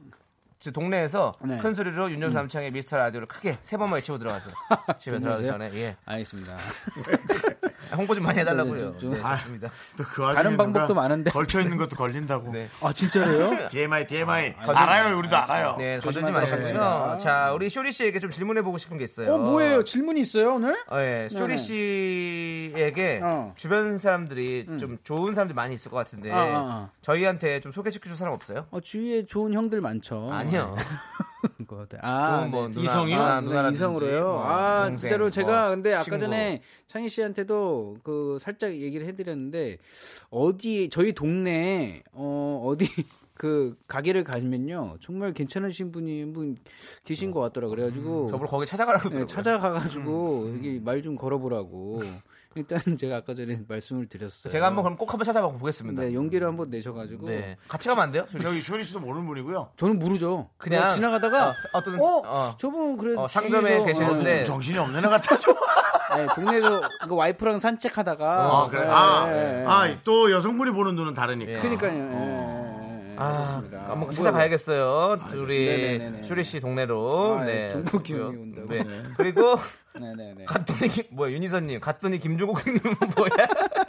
S2: 지- 동네에서
S7: 네.
S2: 큰 소리로 윤정수 남창의 미스터 라디오를 크게 세 번만 외치고
S7: *laughs*
S2: 들어가세요. 집에 들어가기 전에 예. 아,
S7: 알겠습니다. *laughs*
S2: 홍보 좀 많이 해달라고요.
S7: 좀- 아, 좀-
S2: 네, 좋습니다.
S1: 또 그 와중에
S7: 다른 방법도
S1: 누가
S7: 많은데.
S1: 걸쳐 있는 것도
S7: *laughs*
S1: 걸린다고.
S2: 네.
S1: *laughs*
S7: 아 진짜로요?
S1: TMI TMI 알아요 우리도 알아요.
S2: 네, 거절님
S7: 조심하도록
S2: 하셨고요.
S7: 하겠습니다.
S2: 자, 우리 쇼리 씨에게 좀 질문해 보고 싶은
S1: 네.
S2: 게 있어요.
S7: 어 뭐예요? 질문이 있어요 오늘?
S2: 어, 예,
S7: 네네.
S2: 쇼리 씨에게
S7: 어. 음.
S2: 주변 사람들이 좀 좋은 사람들 많이 있을 것 같은데
S7: 아, 아, 아.
S2: 저희한테 좀 소개시켜 줄 사람 없어요?
S7: 어 주위에 좋은 형들 많죠.
S2: 아니요.
S7: 그거 어. 같아요. 아,
S2: *laughs* 좋은 뭐
S7: 네.
S2: 누나,
S1: 이성이요?
S2: 누나,
S7: 아, 누나
S2: 누나라든지
S7: 이성으로요.
S2: 뭐
S7: 아
S2: 동생,
S7: 진짜로 제가
S2: 뭐
S7: 근데 아까
S2: 친구.
S7: 전에 창희 씨한테도 그 살짝 얘기를 해드렸는데 어디 저희 동네 어 어디 *laughs* 그 가게를 가면요 정말 괜찮으신 분이 한분 계신 것 같더라 그래가지고
S2: 음, 저보러 거기 찾아가라고
S7: 네,
S2: 그러더라고요. 음,
S7: 찾아가가지고 여기 말 좀 걸어보라고 *laughs* 일단 제가 아까 전에 말씀을 드렸어요.
S2: 제가 한번 그럼 꼭 한번 찾아보고 보겠습니다.
S7: 네, 용기를 한번 내셔가지고
S2: 네. 같이 가면 안 돼요? 쇼리 씨?
S1: 저기 쇼리 씨도 모르는 분이고요.
S7: 저는 모르죠.
S2: 그냥
S7: 그냥 지나가다가
S2: 어, 어떤-
S7: 어,
S2: 어.
S7: 저분 그래
S2: 어, 상점에 계시는데 네.
S1: 정신이 없는 애 같아서.
S7: 네, 동네에서 그 와이프랑
S2: 어,
S7: 산책하다가
S1: 아 그래.
S7: 예, 예, 예.
S1: 아아또 여성분이 보는 눈은 다르니까.
S7: 그러니까요. 예, 예, 예.
S2: 어. 아,
S7: 그렇습니다.
S2: 한번
S7: 뭐야,
S2: 찾아가야겠어요.
S7: 네네네네.
S2: 둘이 쇼리 씨 동네로.
S7: 아,
S2: 네.
S7: 정보 기운이 온다고.
S2: 네.
S7: 네.
S2: 그리고 *laughs*
S7: 뭐야. 네네네.
S2: 갔더니 김- 뭐야 윤희선님 갔더니 김종국 형님은 *laughs* 뭐야?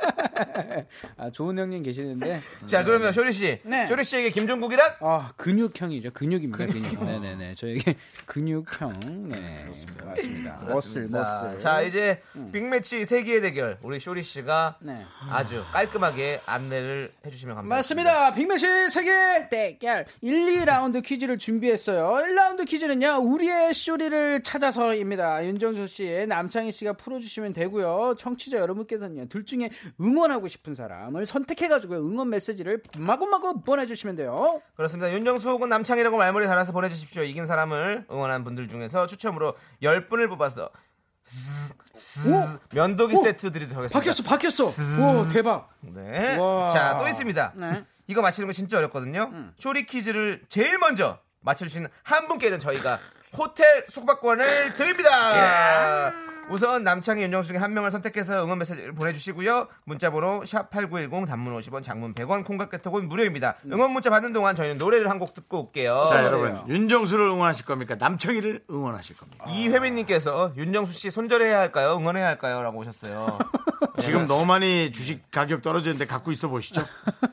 S7: *laughs* 아 좋은 형님 계시는데
S2: 자 그러면 쇼리 씨,
S7: 네.
S2: 쇼리 씨에게 김종국이란
S7: 아 근육형이죠. 근육입니다. 근육. 네네네. 저에게 *laughs* 근육형. 네. 맞습니다. 머슬 머슬.
S2: 자 이제 빅매치 세기의 대결 우리 쇼리 씨가
S7: 네.
S2: 아주 깔끔하게 안내를 해주시면 감사합니다.
S7: 맞습니다. 빅매치 세계 대결 1, 2라운드 퀴즈를 준비했어요. 1라운드 퀴즈는요. 우리의 쇼리를 찾아서입니다. 윤정수 씨, 남창희 씨가 풀어주시면 되고요. 청취자 여러분께서는요. 둘 중에 응원하고 싶은 사람을 선택해가지고 응원 메시지를 마구마구 보내주시면 돼요.
S2: 그렇습니다. 윤정수 혹은 남창이라고 말머리 달아서 보내주십시오. 이긴 사람을 응원한 분들 중에서 추첨으로 10분을 뽑아서 zzz, zzz 면도기
S7: 오!
S2: 세트 드리도록 하겠습니다.
S7: 바뀌었어, 바뀌었어. 오, 대박.
S2: 네.
S7: 와.
S2: 자, 또 있습니다.
S7: 네.
S2: 이거 맞히는 거 진짜 어렵거든요. 쇼리 퀴즈를 제일 먼저 맞춰주시는 한 분께는 저희가 호텔 숙박권을 드립니다. 우선 남창희 윤정수 중에 한 명을 선택해서 응원 메시지를 보내주시고요. 문자번호 샵8910 단문 50원 장문 100원 콩깍개톡은 무료입니다. 응원 문자 받는 동안 저희는 노래를 한 곡 듣고 올게요.
S1: 자
S7: 그래요.
S1: 여러분 윤정수를 응원하실 겁니까? 남청이를 응원하실 겁니까?
S2: 아. 이회민님께서 윤정수 씨 손절해야 할까요? 응원해야 할까요? 라고
S1: *laughs*
S2: 오셨어요.
S1: 지금 너무 많이 주식 가격 떨어지는데 갖고 있어 보시죠.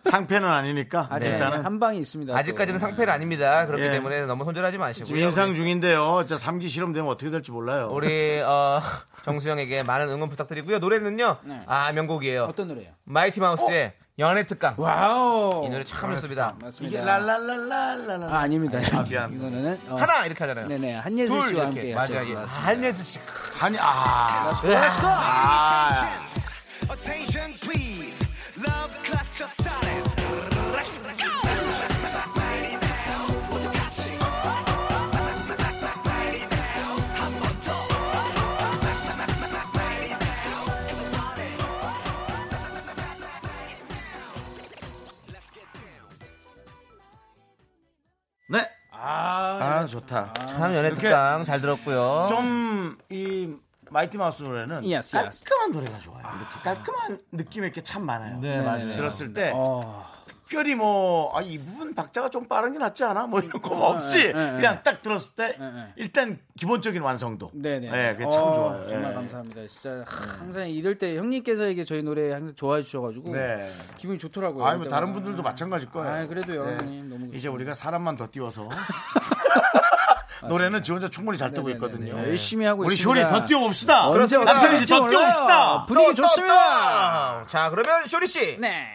S1: 상패는 아니니까
S7: 아직 네.
S1: 일단은
S7: 한 방이 있습니다. 또.
S2: 아직까지는 상패는 아닙니다. 그렇기
S1: 예.
S2: 때문에 너무 손절하지 마시고요.
S1: 지금 임상 중인데요. 자 3기 실험되면 어떻게 될지 몰라요.
S2: 우리 어, *laughs* 정수영에게 많은 응원 부탁드리고요. 노래는요.
S7: 네.
S2: 아 명곡이에요.
S7: 어떤 노래예요?
S2: 마이티 마우스의 연애 특강.
S7: 와우.
S2: 이 노래 참 좋습니다.
S7: 맞습니다.
S1: 이게 랄랄랄랄랄라.
S7: 아, 아닙니다.
S1: 미안.
S7: 이거는 어,
S2: 하나 이렇게 하잖아요.
S7: 네네 한예슬
S2: 둘
S7: 씨와
S2: 이렇게
S7: 함께
S2: 맞아요.
S7: 합쳐서 나왔습니다.
S2: 한예슬 씨.
S1: 아니 아.
S7: Let's go.
S8: Attention please. Love class just started. Let's go.
S1: 네. 아 좋다.
S2: 참 연애
S1: 이렇게
S2: 특강 잘 들었고요.
S1: 좀 이 마이티 마우스 노래는
S7: Yes, yes.
S1: 깔끔한 노래가 좋아요. 이렇게 깔끔한 느낌이 이렇게 참 많아요. 네, 맞아요.
S7: 어.
S1: 들었을 때 특별히 뭐, 아, 이 부분 박자가 좀 빠른 게 낫지 않아? 뭐 이런 거
S7: 어, 예,
S1: 없이 그냥 딱 들었을 때 일단 기본적인 완성도.
S7: 네네.
S1: 예, 그게 참
S7: 어,
S1: 좋아요.
S7: 정말
S1: 예.
S7: 감사합니다. 진짜 하, 항상 이럴 때 형님께서 이게 저희 노래 항상 좋아해 주셔가지고
S1: 네.
S7: 기분이 좋더라고요.
S1: 아니, 뭐
S7: 그때마다.
S1: 다른 분들도 마찬가지일 거예요.
S7: 아, 그래도요, 형님. 너무
S1: 이제
S7: 좋습니다.
S1: 우리가 사람만 더
S7: *laughs*
S1: 띄워서. 노래는 지 혼자 충분히 잘 뜨고
S7: 네네네.
S1: 있거든요.
S7: 네, 열심히 하고
S1: 우리 쇼리
S7: 있습니다.
S1: 더 뛰어봅시다.
S7: 언제
S1: 남창희 씨더
S7: 어떻게 될지
S1: 뛰어봅시다.
S7: 몰라요. 아, 분위기 좋습니다.
S2: 아, 자 그러면 쇼리 씨
S7: 네.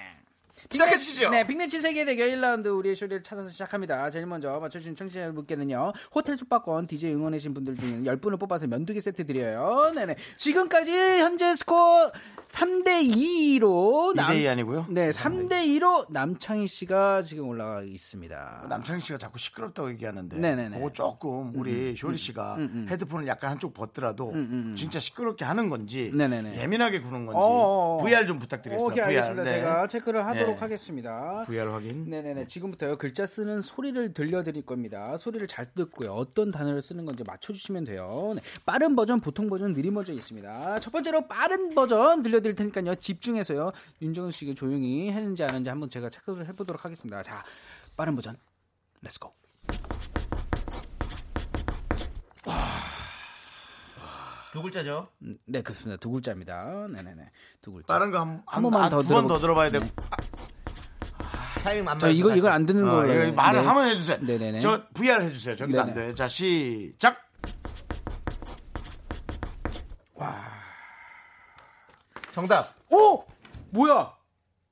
S2: 시작해
S7: 빅매치-
S2: 주시죠.
S7: 네, 빅매치 세계 대결 1라운드 우리의 쇼리를 찾아서 시작합니다. 제일 먼저 맞춰주신 청취자분께는요, 호텔 숙박권 DJ 응원해주신 분들 중에 10분을 뽑아서 면도기 세트 드려요. 네네. 지금까지 현재 스코어 3대2로.
S1: 2대2 아니고요?
S7: 네, 3대2로 남창희 씨가 지금 올라가 있습니다.
S1: 남창희 씨가 자꾸 시끄럽다고 얘기하는데
S7: 네네네. 음,
S1: 그거 조금 우리 쇼리 씨가 헤드폰을 약간 한쪽 벗더라도 진짜 시끄럽게 하는 건지
S7: 네네네.
S1: 예민하게 구는 건지
S7: 어어어.
S1: VR 좀 부탁드리겠습니다.
S7: 오케이,
S1: VR.
S7: 알겠습니다.
S1: 네.
S7: 제가 체크를 하도록
S1: 네.
S7: 하겠습니다.
S1: VR 확인.
S7: 네네네. 지금부터요. 글자 쓰는 소리를 들려드릴 겁니다. 소리를 잘 듣고요. 어떤 단어를 쓰는 건지 맞춰주시면 돼요. 네. 빠른 버전, 보통 버전, 느린 버전 있습니다. 첫 번째로 빠른 버전 들려드릴 테니까요. 집중해서요. 윤정수 씨가 조용히 했는지 안 했는지 한번 제가 체크를 해보도록 하겠습니다. 자, 빠른 버전. 렛츠고.
S2: 두 글자죠.
S7: 네, 그렇습니다. 두 글자입니다. 네네네. 두 글자.
S1: 다른 거한
S7: 한 번만 더
S1: 두번 더 들어봐야
S7: 들어봅시다.
S1: 돼.
S2: 타이밍 안
S7: 저
S2: 맞아요.
S7: 이거
S2: 다시.
S7: 이거 안 듣는
S1: 어,
S7: 거예요.
S1: 이거 말을
S7: 네.
S1: 한번 해주세요.
S7: 네네네.
S1: 저 VR 해주세요. 저기도 안
S7: 네네.
S1: 돼. 자 시작.
S2: 정답.
S7: 오! 어? 뭐야?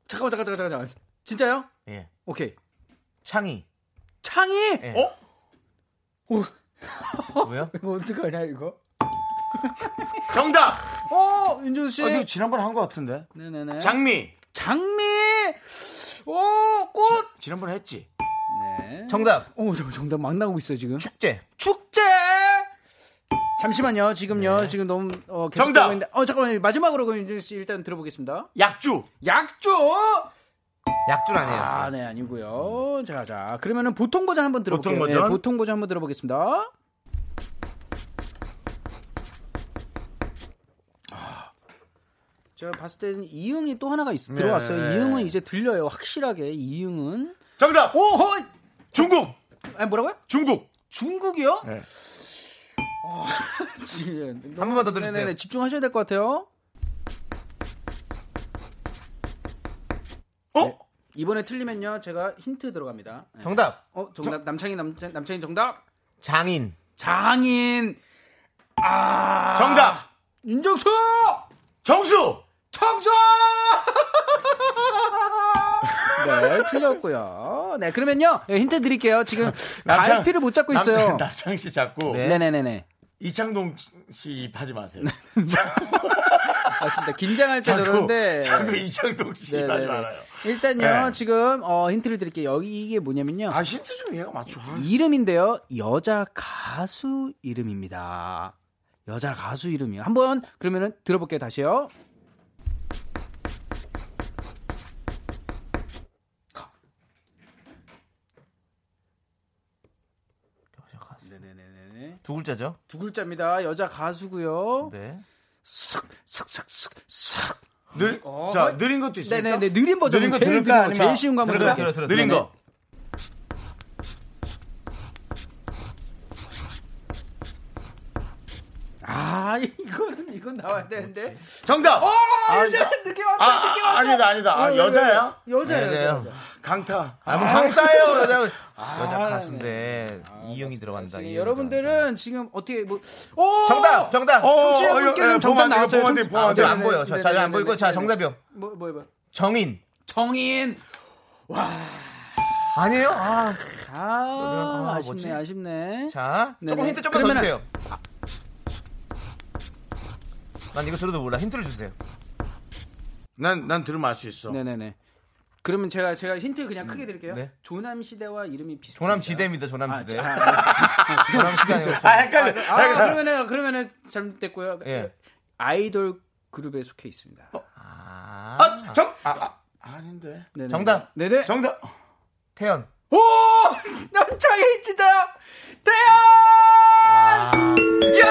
S7: 잠깐만 잠깐 잠깐 잠깐. 잠깐. 진짜요?
S2: 예.
S7: 오케이.
S2: 창이.
S7: 창이?
S2: 예.
S1: 어?
S7: 오, 어?
S2: 왜요?
S7: 이거 어떡하냐 이거?
S1: 정답.
S7: 어, 윤준 씨.
S1: 어, 이거 지난번에 한 것 같은데.
S7: 네네네.
S1: 장미.
S7: 장미. 오, 꽃.
S1: 지난번에 했지.
S7: 네.
S2: 정답.
S7: 오, 잠깐 정답 막 나오고 있어요, 지금.
S2: 축제.
S7: 축제! 잠시만요. 지금요. 지금 너무 어, 계속
S1: 정답!
S7: 되고 있는데. 어, 잠깐만요. 마지막으로 그 윤준 씨 일단 들어보겠습니다.
S1: 약주.
S7: 약주!
S2: 약줄 아니에요.
S7: 아, 네, 아니고요. 자, 자. 그러면은 보통 버전 한번 들어볼게요.
S1: 보통 버전?
S7: 예, 보통 버전 한번 들어보겠습니다. 아, 제가 봤을 때는 이응이 또 하나가 있, 들어왔어요. 이응은 이제 들려요. 확실하게 이응은.
S1: 정답.
S7: 오, 허!
S1: 중국.
S7: 아니, 뭐라고요?
S1: 중국.
S7: 중국이요? 어,
S1: 네.
S7: *laughs* 지금 네,
S2: 한 번만 더 들어주세요.
S7: 네네네 집중하셔야 될 것 같아요.
S1: 어?
S7: 네. 이번에 틀리면요 제가 힌트 들어갑니다. 네.
S2: 정답.
S7: 어 정답 남창희 남, 남창희 정답
S2: 장인.
S7: 장인 아
S1: 정답.
S7: 윤정수
S1: 정수.
S7: 청소 *laughs* 네 틀렸고요. 네 그러면요 네, 힌트 드릴게요. 지금
S1: 남창-
S7: 갈피를 못 잡고 있어요.
S1: 남, 남창 씨 자꾸
S2: 네.
S7: 네네네네
S1: 이창동 씨 입하지 마세요.
S7: 맞습니다. 긴장할 때
S1: 자꾸
S7: 저런데 네,
S1: 자꾸 이창동 씨 입하지 말아요.
S7: 일단요
S1: 네.
S7: 지금 어, 힌트를 드릴게요. 여기 이게 뭐냐면요
S1: 아 힌트 좀 얘가 맞춰. 아,
S7: 이름인데요 여자 가수 이름입니다. 여자 가수 이름이요. 한번 그러면은 들어볼게요 다시요. 네네네네
S2: 두 글자죠.
S7: 두 글자입니다. 여자 가수고요.
S2: 네.
S7: 슥슥슥슥
S1: 늘,
S7: 어,
S1: 자
S7: 헐.
S1: 느린 것도 있어요.
S7: 네네네 느린 버전
S1: 느린 거
S7: 제일
S1: 들을까
S7: 느린 거
S1: 아니면
S7: 제일 쉬운 거 한번
S2: 들을까요?
S7: 들어볼게요.
S2: 들어, 들어,
S1: 느린
S2: 들어.
S1: 거.
S7: 아 이거는 이건 나와야 되는데.
S1: 정답.
S7: 아,
S1: 아,
S7: 이제 느낌 왔어,
S1: 아, 아,
S7: 느낌 왔어.
S1: 아니다, 아니다. 아, 여자야?
S7: 여자야,
S2: 네, 네.
S7: 여자, 여자.
S1: 강타.
S2: 아, 뭐 강따예요.
S7: 네.
S2: 여자
S7: 아,
S2: 여자 가수인데 이영이 들어간다.
S7: 지금
S2: 이영이
S7: 네. 예, 여러분들은 지금 어떻게 뭐 오!
S2: 예, 정답, 정답.
S7: 청취자분께는
S1: 어, 예, 보안 돼요,
S7: 정답 나왔어요.
S1: 보안 돼요,
S7: 청-
S1: 보안
S2: 아, 지금 안
S7: 네네네,
S2: 보여. 자, 잘안
S7: 네네네,
S2: 보이고 자
S7: 네네네.
S2: 정답이요.
S7: 뭐, 뭐, 뭐.
S2: 정인.
S7: 정인.
S2: 아니에요? 아,
S7: 아,
S2: 아,
S7: 아쉽네,
S2: 뭐지?
S7: 아쉽네.
S2: 자, 조금
S7: 네네.
S2: 힌트 조금 더
S7: 그러면은-
S2: 주세요. 난 이거 들어도 몰라. 힌트를 주세요.
S1: 난, 난 들으면 알 수 있어.
S7: 네네네. 그러면 제가 제가 힌트 그냥 크게 드릴게요.
S2: 네.
S7: 조남 시대와 이름이 비슷.
S2: 조남 지대입니다. 조남
S7: 아,
S2: 지대.
S7: 아,
S2: 조남 지대 아니고
S1: 아, 헷갈려.
S7: 아, 그러면은 그러면은 잘못됐고요. 그
S2: 예.
S7: 아이돌 그룹에 속해 있습니다.
S1: 아, 정, 아, 아, 아닌데.
S7: 네네.
S2: 정답.
S7: 네네.
S1: 정답.
S2: 태연.
S7: 오! *laughs* 남창희 진짜요? 대현!
S1: 야!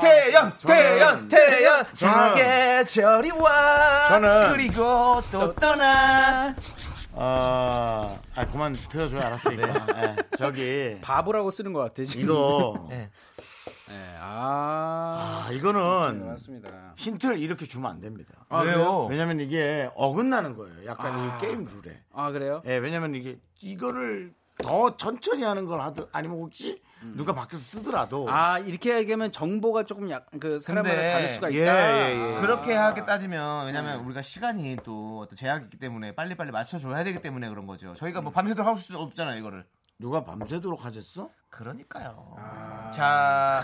S2: 태연,
S1: 저는-
S2: 태연, 태연.
S1: 저는-
S2: 사계절이 와.
S1: 저는-
S2: 그리고 또 떠나.
S1: 아, 아, 그만 들어줘야 알았으니까. 예, 저기.
S7: 바보라고 쓰는 것 같아, 지금.
S1: 이거.
S2: 네.
S7: 네, 아.
S1: 아, 이거는
S7: 맞습니다.
S1: 힌트를 이렇게 주면 안 됩니다.
S2: 왜요?
S1: 왜냐면 이게 어긋나는 거예요. 약간 이 게임 룰에.
S7: 아, 그래요?
S1: 예, 왜냐면 이게 이거를 더 천천히 하는 걸 하든 아니면 혹시 누가 밖에서 쓰더라도
S7: 아, 이렇게 얘기하면 정보가 조금 약, 그, 사람마다
S2: 어. 근데-
S7: 다를 수가 있다.
S1: 예, 예, 예.
S2: 그렇게 하게 따지면 왜냐면 우리가 시간이 또 어떤 제약이 있기 때문에 빨리빨리 맞춰줘야 되기 때문에 그런 거죠. 저희가 뭐 밤새도록 할 수 없잖아요, 이거를.
S1: 누가 밤새도록 하셨어?
S2: 그러니까요.
S1: 아.
S2: 자,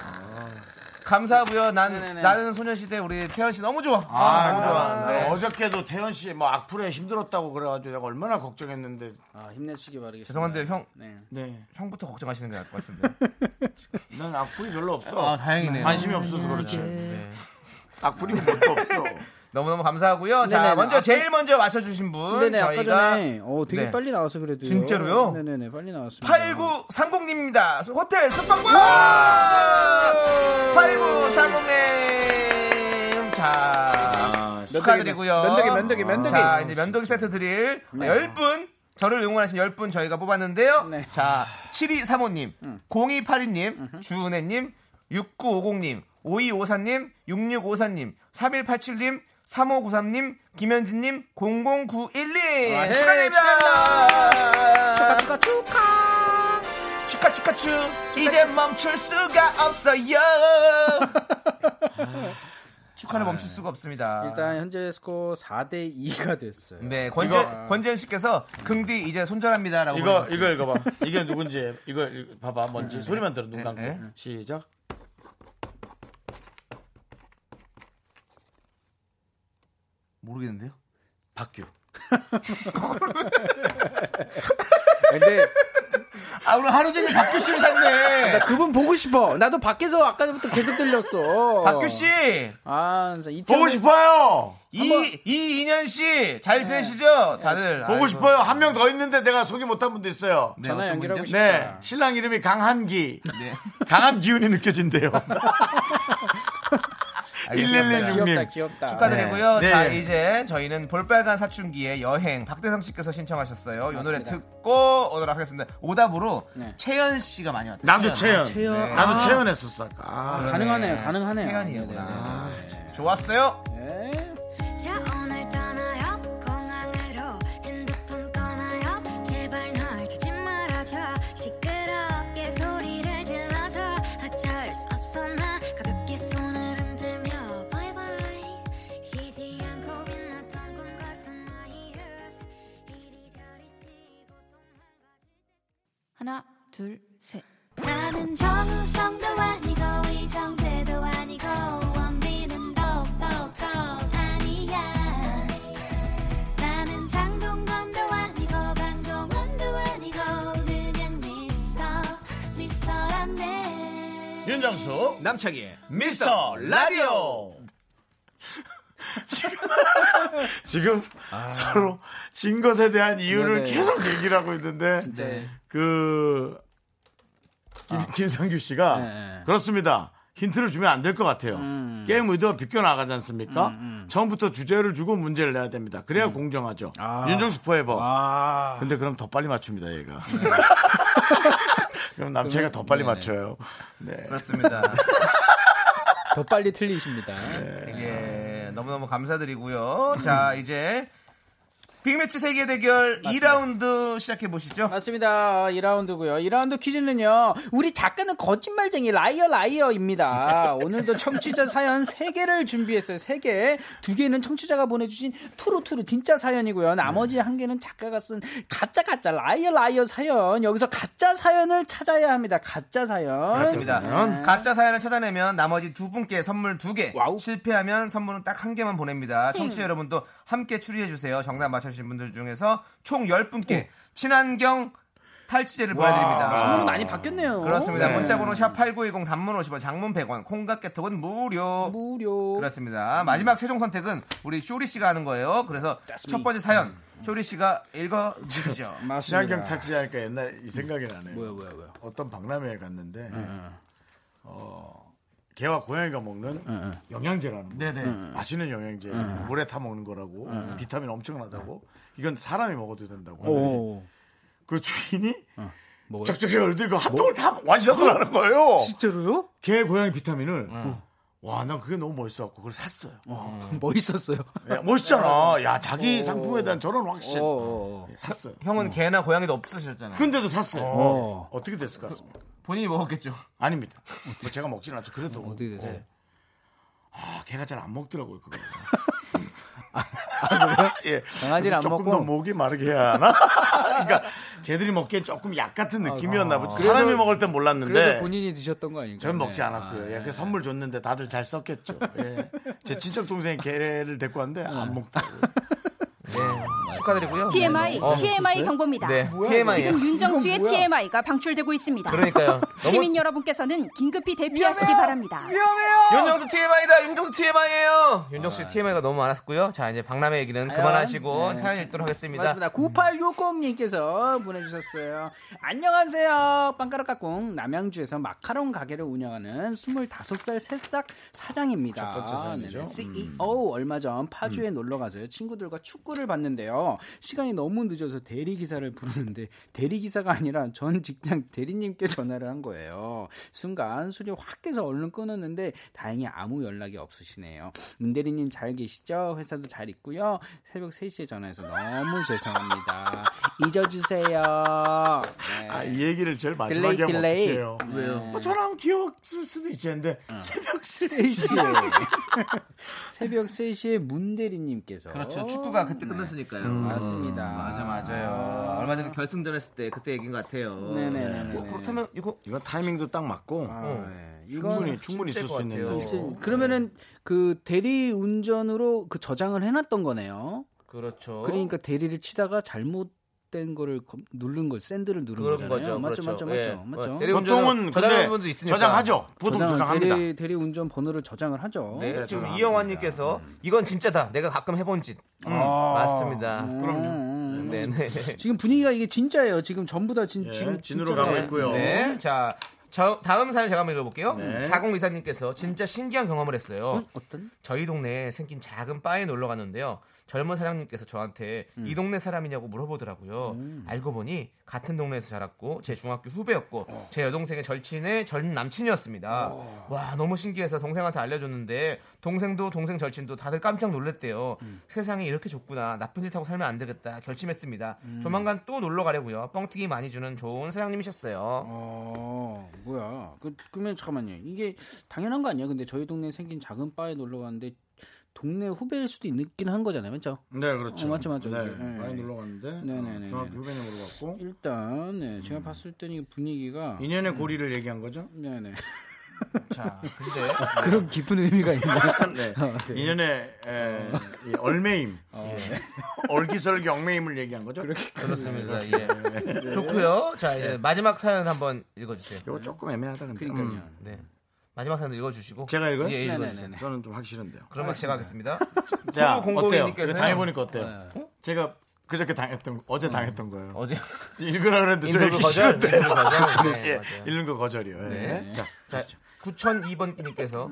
S2: 감사하고요. 난 나는 소녀시대 우리 태연 씨 너무 좋아.
S1: 아, 너무 좋아. 네. 어저께도 태연 씨 뭐 악플에 힘들었다고 그래가지고 내가 얼마나 걱정했는데.
S7: 아, 힘내시기 바라겠습니다.
S2: 죄송한데 형
S7: 네.
S1: 네.
S2: 형부터 걱정하시는 게 나을 것 같은데.
S1: 난 악플이 별로 없어.
S2: 아, 다행이네요.
S1: 관심이 없어서 그렇지.
S2: 네.
S1: 악플이 뭐도 없어.
S2: 너무너무 감사하고요. 자,
S7: 네네네.
S2: 먼저
S7: 아까-
S2: 제일 먼저 맞춰주신 분
S7: 네네, 아까
S2: 저희가
S7: 전에, 어, 되게
S2: 네.
S7: 빨리 나와서 그래도.
S2: 진짜로요?
S7: 네네네, 빨리 나왔습니다.
S2: 8930님입니다. 호텔 숙박권! 8930님! 자,
S1: 아,
S2: 축하드리고요.
S7: 면도기, 면도기, 면도기.
S2: 자, 이제 면도기 세트 드릴 열 10분 저를 응원하신 10분 저희가 뽑았는데요.
S7: 네. 음.
S2: 자, 7235님, 0282님, 주은혜님, 6950님, 5254님, 6654님, 3187님, 3593님, 김현진님, 0091님.
S7: 와, 네,
S2: 축하드립니다.
S7: 축하 축하 축하.
S2: 축하, 축하, 축. 이제 멈출 수가 없어요. 축하를 멈출 수가 없습니다.
S7: 일단 현재 스코어 4대 2가 됐어요.
S2: 네, 권재, 권재현 씨께서 긍디 이제 손절합니다라고.
S1: 이거 이거 읽어봐. 이게 누군지 이거 읽- 봐봐. 뭔지 소리만 들어 눈 감고
S2: 네, 네.
S1: 시작.
S2: 모르겠는데요. *laughs*
S1: 박규.
S7: 근데
S2: 아 오늘 하루 종일 박규 씨를 샀네.
S7: 그분 보고 싶어. 나도 밖에서 아까부터 계속 들렸어.
S2: 박규 씨,
S7: 아, 진짜 이태원
S1: 보고 싶어요.
S2: 이 이인현 씨, 잘 지내시죠? 다들
S1: 네. 보고
S2: 아이고.
S1: 싶어요. 한 명 더 있는데 내가 소개 못한 분도 있어요.
S2: 네,
S7: 전화
S2: 어떤
S7: 연결하고
S2: 분이죠?
S7: 싶다.
S1: 네, 신랑 이름이 강한기.
S2: 네.
S1: *laughs* 강한 기운이
S2: *laughs*
S1: 느껴진대요.
S2: 알겠습니다.
S1: 1116
S7: 귀엽다,
S1: 형님.
S7: 귀엽다.
S2: 축하드리고요.
S1: 네.
S2: 자
S1: 네.
S2: 이제 저희는 볼빨간 사춘기의 여행 박대성 씨께서 신청하셨어요. 이 노래
S7: 맞습니다.
S2: 듣고 오도록 하겠습니다. 오답으로
S7: 네.
S2: 채연 씨가 많이 왔다.
S1: 나도 채연.
S7: 채연.
S1: 나도
S7: 아.
S1: 채연했었어. 아까.
S2: 네. 그러네.
S7: 가능하네요, 가능하네요.
S2: 채연이구나. 아,
S7: 네,
S2: 좋았어요.
S7: 네.
S6: 자 오늘 떠나요 공항으로 핸드폰 꺼나요 제발 날 찾지 말아줘 시끄럽게 소리를 질러줘 어쩔 수 없어 나 가볍게 손을 흔들며 바이바이 쉬지 않고 빛났던 꿈 같은 나의 youth 이리저리 치고 또 망가질
S5: 하나,
S2: 네,
S5: 둘, 셋.
S6: 나는 정우성도 아니고 이정재도 아니고 원빈은 더욱더 아니야 나는 장동건도 아니고 방종원도 아니고 그냥 미스터 미스터란데
S1: 윤정수
S2: 남창희
S1: *laughs*
S2: 미스터 라디오.
S1: 지금
S2: 아.
S1: 서로 진 것에 대한 이유를
S7: 네네.
S1: 계속 얘기를 하고 있는데
S7: 네.
S2: 네.
S1: 그 김,
S7: 아.
S1: 김상규 씨가
S7: 네.
S1: 그렇습니다. 힌트를 주면 안 될 것
S7: 음,
S1: 같아요. 게임 의도가 비껴나가지 않습니까? 처음부터 주제를 주고 문제를 내야 됩니다. 그래야 공정하죠.
S7: 음. 아.
S1: 윤정수 포에버.
S7: 아.
S1: 근데 그럼 더 빨리 맞춥니다,
S7: *laughs*
S1: 얘가. 그럼 남자가 더 빨리 맞춰요. 네.
S2: 그렇습니다.
S7: 더 빨리 틀리십니다.
S2: 예, 너무너무 감사드리고요. 자, 이제 빅매치 세계 대결 2라운드 시작해 보시죠.
S7: 맞습니다. 2라운드고요. 2라운드 퀴즈는요. 우리 작가는 거짓말쟁이 라이어 라이어입니다. 오늘도 청취자 사연 3개를 준비했어요. 3개. 2개는 청취자가 보내주신 투루투루 진짜 사연이고요. 나머지 한개는 작가가 쓴 가짜 가짜 라이어 라이어 사연. 여기서 가짜 사연을 찾아야 합니다. 가짜 사연.
S2: 그렇습니다. 네. 가짜 사연을 찾아내면 나머지 두 분께 선물 두 개,
S7: 와우.
S2: 실패하면 선물은 딱 한 개만 보냅니다. 청취자 여러분도 함께 추리해 주세요. 정답 맞춰주신 분들 중에서 총 10분께 친환경 탈취제를 보내드립니다.
S7: 선물 아, 많이 바뀌었네요.
S2: 그렇습니다. 뭐
S7: 네.
S2: 문자번호 샵 8910 단문 50원, 장문 100원, 콩각 개톡은 무료.
S7: 무료.
S2: 그렇습니다. 마지막 최종 선택은 우리 쇼리 씨가 하는 거예요. 그래서 첫 번째 사연 쇼리 씨가 읽어 주시죠.
S1: 친환경 탈취하니까 옛날 이 생각이 나네요.
S7: 뭐야 뭐야 뭐야.
S1: 어떤 박람회에 갔는데 어, 개와 고양이가 먹는 영양제라는 거.
S2: 네네.
S1: 마시는 영양제 물에 타 먹는 거라고 비타민 엄청나다고 이건 사람이 먹어도 된다고 하는데
S7: 오.
S1: 그 주인이
S7: 먹어요? 뭐? 어.
S1: 적적해 얼들고 핫도그를 다 완샷을 하는 거예요
S7: 진짜로요?
S1: 개 고양이 비타민을 와 난 그게 너무 멋있어갖고 그걸 샀어요
S7: 멋있었어요.
S1: 야, 멋있잖아 야 자기 상품에 대한 저런 확신 예,
S7: 어.
S1: 샀어요
S2: *laughs* 형은 개나 고양이도 없으셨잖아요.
S1: 근데도 샀어요
S7: 어.
S1: 어. 떻게 됐을 것 같습니다
S2: 본인이 먹었겠죠.
S1: 아닙니다 뭐 제가 먹지는 않죠 그래도 네.
S7: 어떻게 됐어요?
S1: 아, 걔가 잘 안 먹더라고요, 그거.
S7: *laughs*
S1: 예.
S7: 아, 강아지를 안
S1: 그래서 조금
S7: 먹고?
S1: 더 목이 마르게 해야 하나? *laughs* 그러니까 걔들이 먹기엔 조금 약 같은 느낌이었나 보지. 사람이 먹을 땐 몰랐는데.
S7: 아, 그래서 본인이 드셨던 거 아닌가요?
S1: 저는 먹지
S7: 네.
S1: 않았고요. 예, 그 선물 줬는데 다들 잘 썼겠죠. 예. 제 친척 동생이 개를 데리고 왔는데 안
S7: 네.
S1: 먹더라고요.
S2: 축하드리고요.
S9: 네. TMI, TMI 경보입니다.
S2: 어, 네, TMI.
S9: 지금 윤정수의 TMI가 방출되고 있습니다.
S2: *laughs* 그러니까요.
S9: 시민 여러분께서는 긴급히 대피하시기 바랍니다.
S2: 윤정수 TMI다. 윤정수 TMI예요. 윤정수 씨 TMI가 너무 많았고요. 자 이제 박람회 얘기는 네. 그만하시고 사연 읽도록 하겠습니다.
S7: 맞습니다. 9860님께서 보내주셨어요. 안녕하세요. 빵가락 가꿍 남양주에서 마카롱 가게를 운영하는 25살 새싹
S2: 음.
S7: 네, E 사장입니다. 첫 번째 사연이죠. CEO 얼마 전 파주에 놀러 가서 친구들과 축구를 봤는데요. 있어요. 시간이 너무 늦어서 대리 기사를 부르는데 대리 기사가 아니라 전 직장 대리님께 전화를 한 거예요. 순간 술이 확 깨서 얼른 끊었는데 다행히 아무 연락이 없으시네요. 문 대리님 잘 계시죠? 회사도 잘 있고요. 새벽 3시에 전화해서 너무 죄송합니다. 잊어주세요. 네.
S1: 아, 이 얘기를 제일 마지막에
S7: 딜레이,
S1: 하면
S7: 딜레이.
S1: 어떡해요.
S7: 왜요? 어.
S1: 뭐 전화하면 기억할 수도 있겠는데 새벽 3시.
S7: 3시에 *laughs* 새벽 3시에 문대리님께서 네.
S2: 그렇죠. 축구가 그때 끝났으니까요.
S7: 음.
S2: 음,
S7: 맞습니다.
S2: 맞아 맞아요. 얼마 전에 결승전 했을 때 그때 얘기인 것 같아요.
S7: 네네네네.
S2: 뭐 그렇다면 이거
S1: 이건 타이밍도 딱 맞고
S7: 아, 네.
S1: 충분히 충분히 있을 수 있는
S2: 같아요.
S1: 거.
S7: 있을- 그러면은 그 대리 운전으로 그 저장을 해놨던 거네요.
S2: 그렇죠.
S7: 그러니까 대리를 치다가 잘못된 거를 검- 누른 걸 샌드를 누른
S2: 그런
S7: 거잖아요.
S2: 거죠.
S7: 맞죠,
S2: 그렇죠.
S7: 맞죠,
S2: 예.
S7: 맞죠, 맞죠.
S2: 대리
S1: 보통은
S2: 운전은 저장하는 분도
S1: 근데
S2: 있으니까.
S1: 저장하죠. 보통
S7: 저장은
S1: 저장합니다. 예,
S7: 대리 대리 운전 번호를 저장을 하죠.
S2: 네, 지금
S1: 저는
S2: 이영환님께서 이건 진짜다. 내가 가끔 해본 짓. 음,
S1: 아.
S2: 맞습니다.
S7: 음,
S2: 네, 네.
S7: 지금 분위기가 이게 진짜예요. 지금 전부 다 진,
S1: 예,
S7: 지금
S1: 진으로
S7: 진짜로
S1: 가고 있고요.
S2: 네, 자 저- 다음 사연 제가 한번 읽어볼게요.
S1: 네.
S2: 사공이사님께서 진짜 신기한 경험을 했어요.
S7: 어떤?
S2: 저희 동네에 생긴 작은 바에 놀러 갔는데요. 젊은 사장님께서 저한테 이 동네 사람이냐고 물어보더라고요. 알고 보니 같은 동네에서 자랐고 제 중학교 후배였고 제 여동생의 절친의 전 남친이었습니다. 와 너무 신기해서 동생한테 알려줬는데 동생도 동생 절친도 다들 깜짝 놀랐대요. 세상이 이렇게 좁구나 나쁜 짓 하고 살면 안 되겠다 결심했습니다. 조만간 또 놀러 가려고요. 뻥튀기 많이 주는 좋은 사장님이셨어요.
S7: 어, 뭐야. 그, 그러면 잠깐만요. 이게 당연한 거 아니야? 근데 저희 동네에 생긴 작은 바에 놀러 갔는데 동네 후배일 수도 있긴 한 거잖아요. 맞죠?
S1: 네, 그렇죠.
S7: 어, 맞죠, 맞죠.
S1: 네,
S7: 네.
S1: 많이 놀러 갔는데
S7: 네, 네, 네,
S1: 어, 중학교
S7: 네.
S1: 후배님으로 갔고
S7: 일단 네,
S2: 음.
S7: 제가 봤을 때는 이 분위기가
S1: 인연의 고리를 얘기한 거죠.
S7: 네, 네.
S2: 자 근데
S7: 그런 깊은 의미가 있나요?
S1: 네. 인연의 에,
S7: 어.
S1: 이 얼매임,
S7: 예.
S1: *laughs* 얼기설기 얽매임을 얘기한 거죠.
S2: *laughs* 그렇습니다. 네. 예. 좋고요. 자 이제 마지막 사연 한번 읽어주세요.
S1: 이거 조금 애매하다 근데.
S7: 그러니까요.
S1: 음.
S2: 네. 마지막 사연 읽어주시고.
S1: 제가 읽어요?
S2: 예, 읽어주세요.
S7: 네네네.
S1: 저는 좀 하기 싫은데요.
S2: 그러면 제가 하겠습니다.
S1: 자,
S2: 공공이
S1: 어때요?
S2: 님께서요.
S1: 당해보니까 어때요? 제가 그저께 당했던 거, 어제 당했던 거예요.
S2: 어제
S1: 읽으라 그랬는데 *laughs* 저
S2: 인터뷰
S1: 읽기
S2: 거절,
S1: 싫은데. *laughs*
S2: 인터뷰 거절.
S1: 예,
S2: 네, 맞아요.
S1: 읽는 거 거절이요. 예. 자,
S2: 자, 9002번 님께서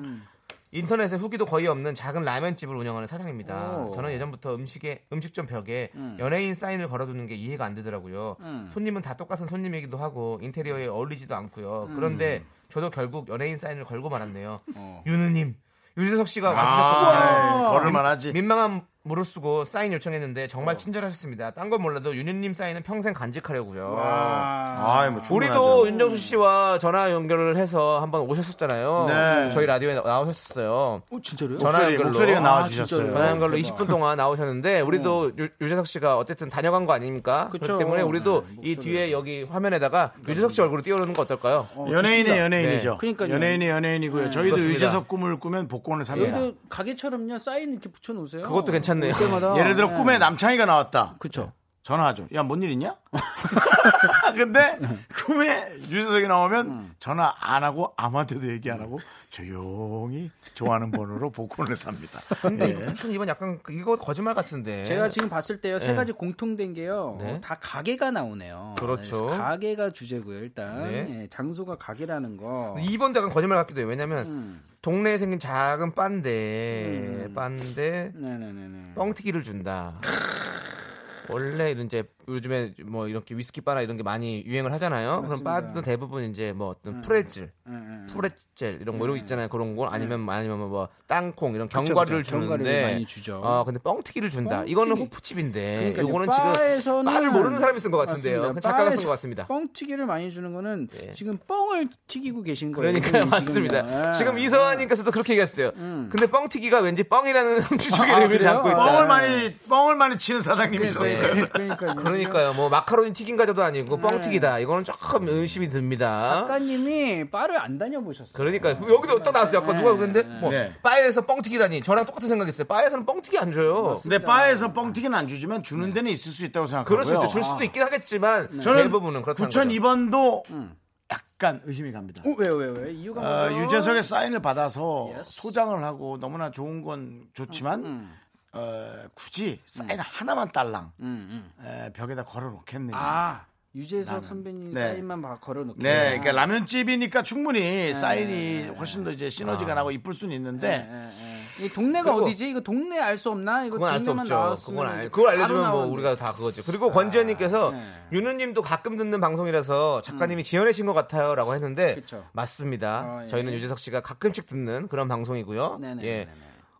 S2: 인터넷에 후기도 거의 없는 작은 라면집을 운영하는 사장입니다.
S7: 오.
S2: 저는 예전부터 음식에 음식점 음. 벽에 연예인 사인을 걸어두는 게 이해가 안 되더라고요. 손님은 다 똑같은 손님이기도 하고 인테리어에 어울리지도 않고요. 그런데 저도 결국 연예인 사인을 걸고 말았네요. 윤우님, 유재석 씨가 와주셨거든요.
S1: 아, 걸을만
S7: 예.
S1: 하지.
S2: 민망한 물을 쓰고 사인 요청했는데
S7: 어.
S2: 정말 친절하셨습니다. 딴 건 몰라도 윤희님 사인은 평생 간직하려고요.
S1: 아, 뭐
S2: 우리도 윤정수 씨와 전화 연결을 해서 한번 오셨었잖아요.
S1: 네.
S2: 저희 라디오에 나- 나오셨어요.
S7: 어, 진짜로요?
S2: 전화
S1: 목소리,
S2: 연결로.
S1: 목소리가
S2: 아,
S1: 나와주셨어요.
S7: 네,
S2: 전화 연결로 20분 동안 나오셨는데 우리도
S7: 음.
S2: 유, 유재석 씨가 어쨌든 다녀간 거 아닙니까? 그렇기
S7: 그쵸.
S2: 때문에 우리도
S7: 네,
S2: 이 뒤에 여기 화면에다가 유재석 씨 얼굴을 띄워놓는 거 어떨까요?
S1: 연예인의
S7: 좋습니다.
S1: 연예인이죠.
S2: 네.
S7: 그러니까요.
S1: 연예인의 연예인이고요. 저희도
S2: 그렇습니다.
S1: 유재석 꿈을 꾸면 복권을 삽니다.
S7: 아, 여기도 가게처럼요. 사인 이렇게 붙여 놓으세요.
S2: 예. 그것도 괜찮네요.
S7: 때마다
S1: 예를 들어 꿈에 남창이가 나왔다.
S7: 그렇죠.
S1: 전화하죠. 야, 뭔 일 있냐? 근데 꿈에 유재석이 나오면 전화 안 하고 아무한테도 얘기 안 하고 조용히 좋아하는 번호로 *laughs* 복권을 삽니다.
S7: 네.
S2: 근데 이거 2002번 약간 그- 이거 거짓말 같은데.
S7: 제가 지금 봤을 때요 세
S2: 네.
S7: 가지 공통된 게요
S2: 예. 네.
S7: 어, 다 가게가 나오네요.
S2: 그렇죠.
S7: 네, 가게가 주제고요 일단
S2: 네.
S7: 예, 장소가 가게라는 거.
S2: 2번도 약간 거짓말 같기도 해요. 왜냐면
S7: 음.
S2: 동네에 생긴 작은 반데 반데
S7: 네네네네.
S2: 뻥튀기를 준다. 원래 이런 이제 요즘에 뭐 이렇게 위스키 바나 이런 게 많이 유행을 하잖아요. 그럼 바도 대부분 이제 뭐
S7: 음.
S2: 어떤 프레즐,
S7: 예,
S2: 프레젤 이런 거 이런 거 있잖아요. 그런 거 아니면 아니면 뭐 땅콩 이런 견과류를
S7: 음. 그쵸.
S2: 주는데
S7: 견과류를 많이 주죠.
S2: 아 근데 뻥튀기를 준다.
S7: 뻥튀기.
S2: 이거는 호프집인데
S7: 그러니까요.
S2: 이거는 예, 지금
S7: 바에서는
S2: 말을 모르는 사람이 쓴 것 같은데요.
S7: 맞습니다.
S2: 작가가
S7: 바에서
S2: 쓴 것 같습니다.
S7: 뻥튀기를 많이 주는 거는
S2: 네.
S7: 지금 뻥을 튀기고 계신 거예요.
S2: 그러니까
S7: 지금
S2: 맞습니다.
S1: 네.
S7: 예.
S2: 지금 이서아님께서도 그렇게 얘기했어요. 근데 뻥튀기가 왠지 뻥이라는 *laughs* 음식의 의미를
S7: 그래요?
S2: 담고 있다.
S1: 음. 아, 뻥을 많이 뻥을 많이 치는 사장님이 있어요.
S7: 그러니까 그러니까
S2: 그러니까요. 뭐 마카로니 튀긴 과자도 아니고
S1: 네.
S2: 뻥튀기다. 이거는 조금 의심이 듭니다.
S7: 작가님이 바를 안 다녀보셨어요.
S2: 그러니까 여기도 딱 나왔어요. 아까 누가 근데 뭐
S1: 네.
S2: 바에서 뻥튀기라니 저랑 똑같은 생각했어요. 바에서는 뻥튀기 안 줘요.
S1: 근데 바에서 뻥튀기는 안 주지만 주는 데는 있을 수 있다고 생각하고요. 아.
S2: 그럴 수 있죠. 줄 수도 있긴 하겠지만
S1: 저는
S2: 대부분은 그렇다는 거죠.
S1: 9002번도 약간 의심이 갑니다.
S2: 그
S7: 어, 왜요, 왜요, 왜? 이유가
S2: 아,
S1: 어,
S7: 뭐죠?
S1: 유재석의 사인을 받아서
S7: Yes.
S1: 소장을 하고 너무나 좋은 건 좋지만
S2: 음,
S1: 어, 굳이 사인 하나만 딸랑
S2: 음,
S1: 에, 벽에다 걸어놓겠느냐.
S7: 아 유재석 선배님
S1: 네.
S7: 사인만 바- 걸어놓게.
S1: 네, 그러니까
S2: 네. 아.
S1: 라면집이니까 충분히 사인이 훨씬 더 이제 시너지가 나고 이쁠 수는 있는데
S2: 네.
S7: 예, 예. 이 동네가
S2: 그리고-
S7: 어디지? 이거 동네 알 수 없나? 이거
S2: 그건 알 수
S7: 동네만
S2: 없죠.
S7: 나왔으면
S2: 그건 알.
S7: 이제
S2: 그걸
S7: 바로
S2: 알려주면 뭐
S7: 나오는데. 아, 네.
S2: 우리가 다 그거죠. 그리고 권지현님께서 윤우님도 가끔 듣는 방송이라서 작가님이 지어내신 것 같아요라고 했는데
S7: 음. 그쵸.
S2: 맞습니다.
S7: 어, 예.
S2: 저희는 유재석 씨가 가끔씩 듣는 그런 방송이고요.
S7: 네네, 아,
S2: 예.
S7: 네네.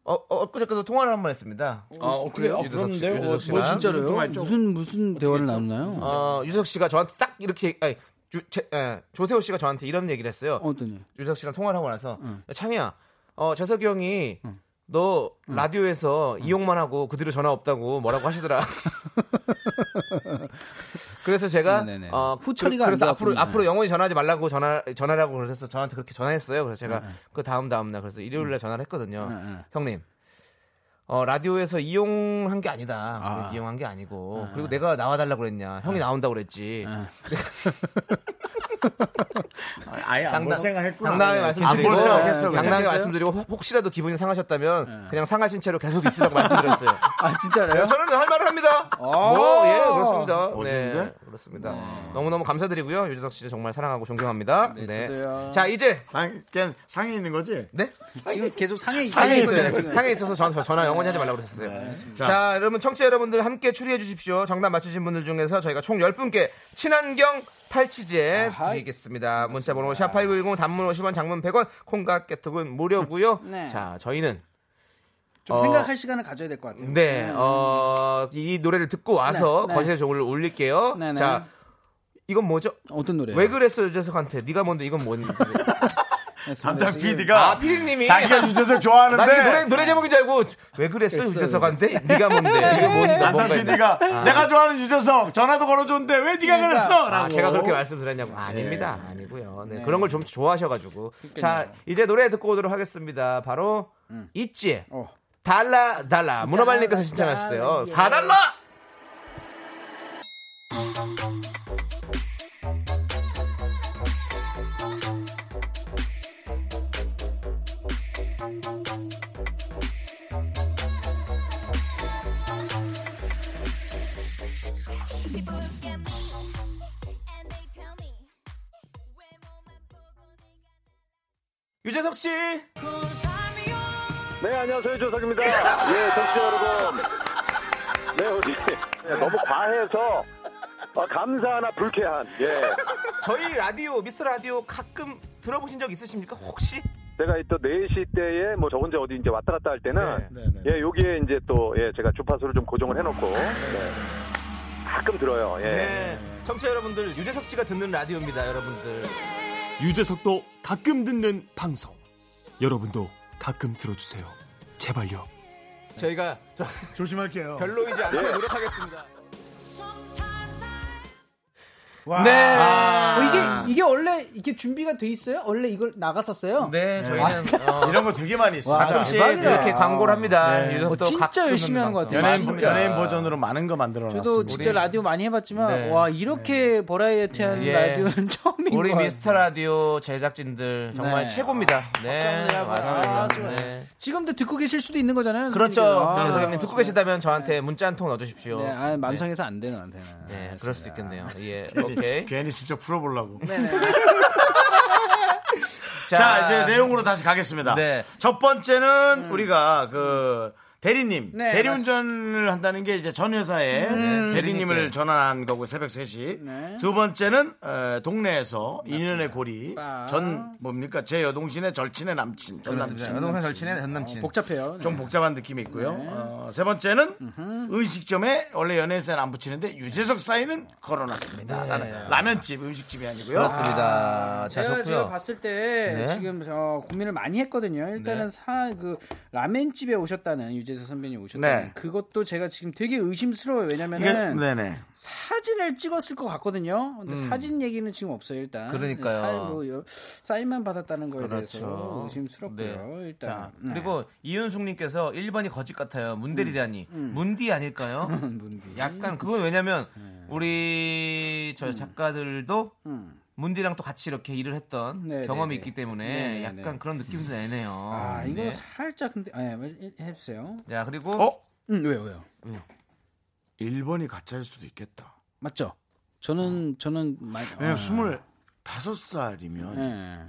S2: 어, 어, 엊그저께도 통화를 한 번 했습니다.
S1: 어, 그래요?
S2: 유재석 씨,
S1: 그런데요?
S2: 유재석
S1: 어,
S2: 씨랑.
S1: 뭐 진짜로요?
S7: 무슨 무슨 대화를 나누나요?
S2: 어, 유재석 씨가 저한테 딱 이렇게 아니, 유, 제, 예, 조세호 씨가 저한테 이런 얘기를 했어요.
S7: 어떠니?
S2: 유재석 씨랑 통화를 하고 나서 야, 창희야, 어, 재석이 형이 너 라디오에서 이용만 하고 그 뒤로 전화 없다고 뭐라고
S7: *laughs*
S2: 하시더라. 그래서 제가
S7: 네네네.
S2: 어,
S7: 후처리가
S2: 그래서
S7: 안
S2: 앞으로
S7: 돼갖군요. 네.
S2: 앞으로 영원히 전화하지 말라고 전화 전화라고 그래서 저한테 그렇게 전화했어요. 그래서 제가
S7: 네,
S2: 그 다음 다음 날 그래서 일요일 날 전화를 했거든요.
S7: 음.
S2: 형님. 어, 라디오에서 이용한 게 아니다.
S1: 아.
S2: 이용한 게 아니고. 아. 그리고 내가 나와달라고 그랬냐. 형이 나온다고 그랬지.
S1: *laughs* 아예 안 볼 생각했구나. 네.
S2: 당당하게 말씀드리고
S1: 안볼 생각했어.
S2: 당당하게 말씀드리고 혹- 혹시라도 기분이 상하셨다면 그냥 상하신 채로 계속 있으라고 말씀드렸어요. *laughs*
S7: 아 진짜로요?
S2: 저는 할 말을 합니다.
S1: 어.
S2: 뭐, 예, 그렇습니다. 네, 그렇습니다. 너무너무 감사드리고요. 유재석 씨 정말 사랑하고 존경합니다. 네.
S7: 저도요.
S2: 자, 이제
S1: 상, 그냥 상에 있는 거지?
S2: 네?
S7: 지금 계속 상해
S2: 상에
S7: 있어요.
S2: 있어요. 상에 있어서 전, 전화 영원히 하지 말라고 그랬었어요. 자, 자, 여러분, 청취자 여러분들 함께 추리해 주십시오. 정답 맞추신 분들 중에서 저희가 총 10분께 친환경 탈취제 드리겠습니다. 문자번호 샵8910 단문 50원, 장문 100원, 콩과 깨톡은 무료고요
S7: *laughs* 네.
S2: 자, 저희는
S7: 좀
S2: 어,
S7: 생각할 시간을 가져야 될 것 같아요.
S2: 네, 어, 이 노래를 듣고 와서
S7: 네, 네.
S2: 거실의 종을 올릴게요.
S7: 네, 네.
S2: 자, 이건 뭐죠?
S7: 어떤 노래예요?
S2: 왜 그랬어, 유재석한테? 네가 뭔데, 이건 *laughs* 뭔데?
S1: 담당 PD가
S2: 아, 피디님이.
S1: 자기가 유재석
S2: 나
S1: 좋아하는데
S2: 이게 노래 노래 제목인 줄 알고 왜 그랬어 유재석한테 네가 뭔데 이거 뭔데
S1: 담당
S2: 뭔가 있네.
S1: PD가 내가 좋아하는 유재석 전화도 걸어줬는데 왜 네가 그랬어? 라고
S2: 아, 제가 그렇게 말씀드렸냐고 아닙니다 아니고요 네, 그런 걸 좀 좋아하셔가지고 자 이제 노래 듣고 오도록 하겠습니다 바로 있지
S7: 어.
S2: 달라 음. 달라 문어발님께서 신청하셨어요 4달러
S6: People look at me and they tell me 외모만 보고 내가
S2: 유재석 씨
S10: 네, 안녕하세요. 조석입니다. 예, 청취자 여러분. 네, 우리 너무 과해서 아, 감사하나 불쾌한. 예.
S2: 저희 라디오 미스터 라디오 가끔 들어보신 적 있으십니까 혹시
S10: 제가 또 4시 때에 뭐 저 혼자 어디 이제 왔다 갔다 할 때는
S1: 네, 네.
S10: 예, 여기에 이제 또 예, 제가 주파수를 좀 고정을 해 놓고 예. 가끔 들어요. 예.
S2: 네 청취자 여러분들 유재석 씨가 듣는 라디오입니다 여러분들
S11: 유재석도 가끔 듣는 방송. 여러분도 가끔 들어주세요. 제발요.
S2: 저희가 저-
S1: 조심할게요.
S2: 별로이지 않게 노력하겠습니다
S6: sometimes I
S2: 네
S1: 아.
S7: 어,
S2: 아.
S7: 이게 이게 원래 이게 준비가 돼 있어요? 원래 이걸 나갔었어요?
S2: 네, 저희는 어,
S1: 이런 거 되게 많이 있어요.
S7: 와,
S2: 가끔씩
S7: 대박이다.
S2: 이렇게 광고를 합니다.
S1: 아, 네.
S2: 유재석
S7: 어,
S2: 또
S7: 진짜
S2: 가끔
S7: 열심히 하는 것
S2: 방송.
S7: 같아요.
S1: 연예인, 버-
S2: 맞습니다.
S1: 연예인 버전으로 많은 거 만들어 놨어요.
S7: 저도 진짜 라디오 많이 해봤지만
S2: 네.
S7: 와 이렇게 버라이어티한
S2: 네.
S7: 라디오는 *laughs* 처음인
S2: 우리
S7: 것
S2: 미스터 라디오 제작진들 정말
S7: 네.
S2: 최고입니다. 네,
S7: 감사합니다. 아,
S2: 맞습니다.
S7: 좋아요.
S2: 네.
S7: 같아요. 지금도 듣고 계실 수도 있는 거잖아요.
S2: 그렇죠.
S7: 선생님께서.
S2: 유재석 형님 듣고 계시다면 저한테 문자 한 통 넣어주십시오.
S7: 네, 아, 맘상에서 안 되는 한테는.
S2: 네, 네, 그럴 수도 있겠네요. 예, 오케이.
S1: 괜히 진짜 풀어보려고.
S7: 네.
S2: 자,
S1: *laughs* 자, 이제 내용으로 다시 가겠습니다.
S2: 네.
S1: 첫 번째는 우리가 그 대리님,
S7: 음. 네, 음.
S1: 대리운전을 한다는 게 이제 전 회사에 네, 대리님을
S2: 대리님께.
S1: 전환한 거고 새벽 3시.
S7: 네.
S1: 두 번째는 어, 동네에서 인연의 고리
S7: 아.
S1: 전 뭡니까? 제 여동신의 절친의 남친, 전 남친.
S2: 여동생 절친의 전남친.
S7: 어, 복잡해요. 네.
S1: 좀 복잡한 느낌이 있고요. 어, 세 번째는 음식점에 원래 연예인사는 안 붙이는데 유재석 사인은 걸어놨습니다. 라는 라면집 음식집이 아니고요.
S2: 그렇습니다. 자,
S7: 제가 제가
S2: 좋고요.
S7: 봤을 때
S2: 네.
S7: 지금 저 고민을 많이 했거든요. 일단은 사 그 라멘집에 오셨다는 유재석 선배님 오셨다는
S1: 네.
S7: 그것도 제가 지금 되게 의심스러워요.
S1: 이게-
S7: 왜냐면은
S1: 네네.
S7: 사진을 찍었을 것 같거든요. 근데 사진 얘기는 지금 없어요. 일단
S2: 음. 그러니까요.
S7: 사, 뭐, 여- 사인만 받았다는 거에 대해서
S2: 그렇죠. 네.
S7: 의심스럽고요. 일단
S2: 자, 그리고 이윤숙님께서 1번이 거짓 같아요. 문대리라니.
S7: 음,
S2: 문디
S7: *laughs*
S2: 아닐까요? 약간 그건 왜냐면
S7: 네.
S2: 우리
S7: 음.
S2: 저 작가들도 문디랑 또 같이 이렇게 일을 했던
S7: 네,
S2: 경험이
S7: 네,
S2: 있기
S7: 네.
S2: 때문에
S7: 네,
S2: 약간
S7: 네.
S2: 그런 느낌도 내네요.
S7: 아 이거
S2: 네.
S7: 살짝 근데 아, 예, 해주세요.
S2: 자 그리고
S1: 어?
S7: 음, 왜요 왜요?
S1: 1번이 가짜일 수도 있겠다.
S7: 맞죠? 저는 저는 많이
S2: 네,
S1: 왜냐면 25살이면
S7: 예,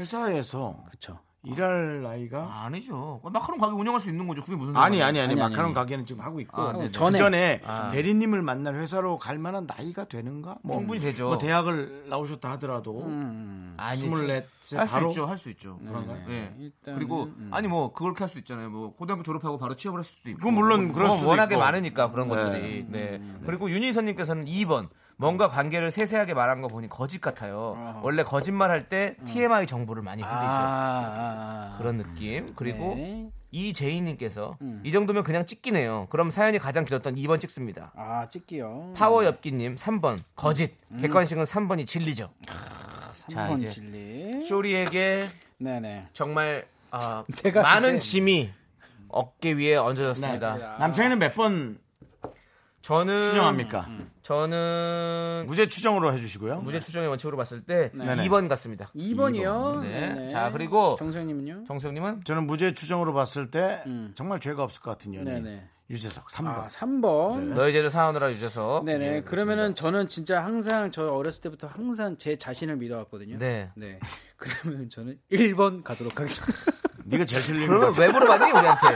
S1: 회사에서
S7: 그렇죠.
S1: 일할 나이가
S2: 아니죠. 마카롱 가게 운영할 수 있는 거죠. 그게 무슨
S1: 아니
S2: 상관이에요?
S1: 아니 아니
S7: 아니,
S1: 마카롱
S7: 아니.
S1: 가게는 지금 하고 있고
S2: 아, 네네.
S1: 전에,
S7: 전에.
S2: 아.
S1: 대리님을 만날 회사로 갈 만한 나이가 되는가? 뭐,
S2: 충분히 되죠.
S1: 뭐 대학을 나오셨다 하더라도
S7: 음,
S2: 아니죠.
S1: 스물넷
S2: 할수
S1: 바로
S2: 있죠. 할 수 있죠.
S1: 그런가요?
S2: 네.
S7: 일단은,
S2: 그리고 아니 뭐 그렇게 할 수 있잖아요. 뭐 고등학교 졸업하고 바로 취업을 할 수도 있고.
S1: 그건 물론
S2: 뭐,
S1: 그럴
S2: 뭐
S1: 수도
S2: 워낙에
S1: 있고.
S2: 많으니까 그런 것들이. 네. 그리고 윤희선님께서는 2번 뭔가 관계를 세세하게 말한 거 보니 거짓 같아요. 원래 거짓말 할 때 TMI 정보를 많이 흘리죠.
S7: 아,
S2: 그런 느낌. 그리고
S7: 네.
S2: 이재희님께서 이 정도면 그냥 찍기네요. 그럼 사연이 가장 길었던 2번 찍습니다.
S7: 아 찍기요.
S2: 파워 엽기님 3번 거짓. 객관식은 3번이 진리죠. 자,
S7: 3번
S2: 이제.
S7: 진리.
S2: 쇼리에게
S7: 네네.
S2: 정말 *laughs* 아,
S7: 제가
S2: 많은
S7: 그때-
S2: 짐이 어깨 위에 얹어졌습니다. 음,
S1: 남창이는 몇 번
S2: 저는
S1: 추정합니까?
S2: 저는
S1: 무죄 추정으로 해주시고요.
S2: 음. 무죄 추정의 원칙으로 봤을 때
S1: 네네.
S2: 2번 같습니다.
S7: 네. 2번이요.
S2: 네. 자, 그리고
S7: 정수영님은요?
S2: 정수영님은
S1: 저는 무죄 추정으로 봤을 때
S2: 음.
S1: 정말 죄가 없을 것 같은 연예인
S7: 네네.
S1: 유재석 3번.
S7: 아, 3번.
S2: 너의 죄를 사하느라 유재석.
S7: 네. 네 그러면은 저는 진짜 항상 저 어렸을 때부터 항상 제 자신을 믿어왔거든요.
S2: 네.
S7: 네. *laughs* 그러면 저는 1번 가도록 하겠습니다.
S1: 네가 제일 틀린 거.
S2: 그러면 왜
S1: *laughs*
S2: 물어봤니 우리한테?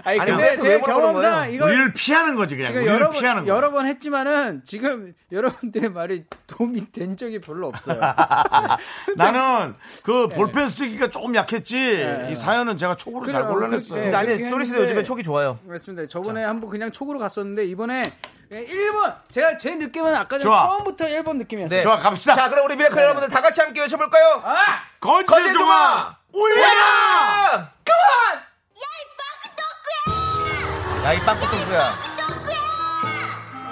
S7: 아니,
S2: 아니,
S7: 근데
S2: 왜-
S7: 제
S2: 왜 물어보는
S7: 경험상
S2: 거예요?
S7: 이걸
S1: 우리를 피하는 거지 그냥.
S7: 지금
S1: 우리를
S7: 여러
S1: 피하는
S7: 번,
S1: 거.
S7: 여러 번 했지만은 지금 여러분들의 말이 도움이 된 적이 별로 없어요.
S1: 아,
S2: *laughs*
S1: 나는
S2: 네.
S1: 그 볼펜 쓰기가 조금 약했지.
S7: 네.
S1: 이 사연은 제가 촉으로
S7: 그래요.
S1: 잘 골라냈어요.
S7: 그렇게-
S2: 근데 아니
S7: 그렇게
S2: 쇼리 씨도
S7: 했는데-
S2: 요즘에 촉이 좋아요.
S7: 그렇습니다. 저번에 한번 그냥 촉으로 갔었는데 이번에 1번 제가 제 느낌은 아까 전
S1: 좋아.
S7: 처음부터 1번 느낌이었어요.
S2: 네.
S1: 좋아 갑시다.
S2: 자, 그럼 우리 미라클 여러분들 다 같이 함께 외쳐볼까요?
S7: 아!
S1: 거짓의
S2: 거짓의
S1: 종아 올려라.
S2: 야이 빵꾸똥꾸야.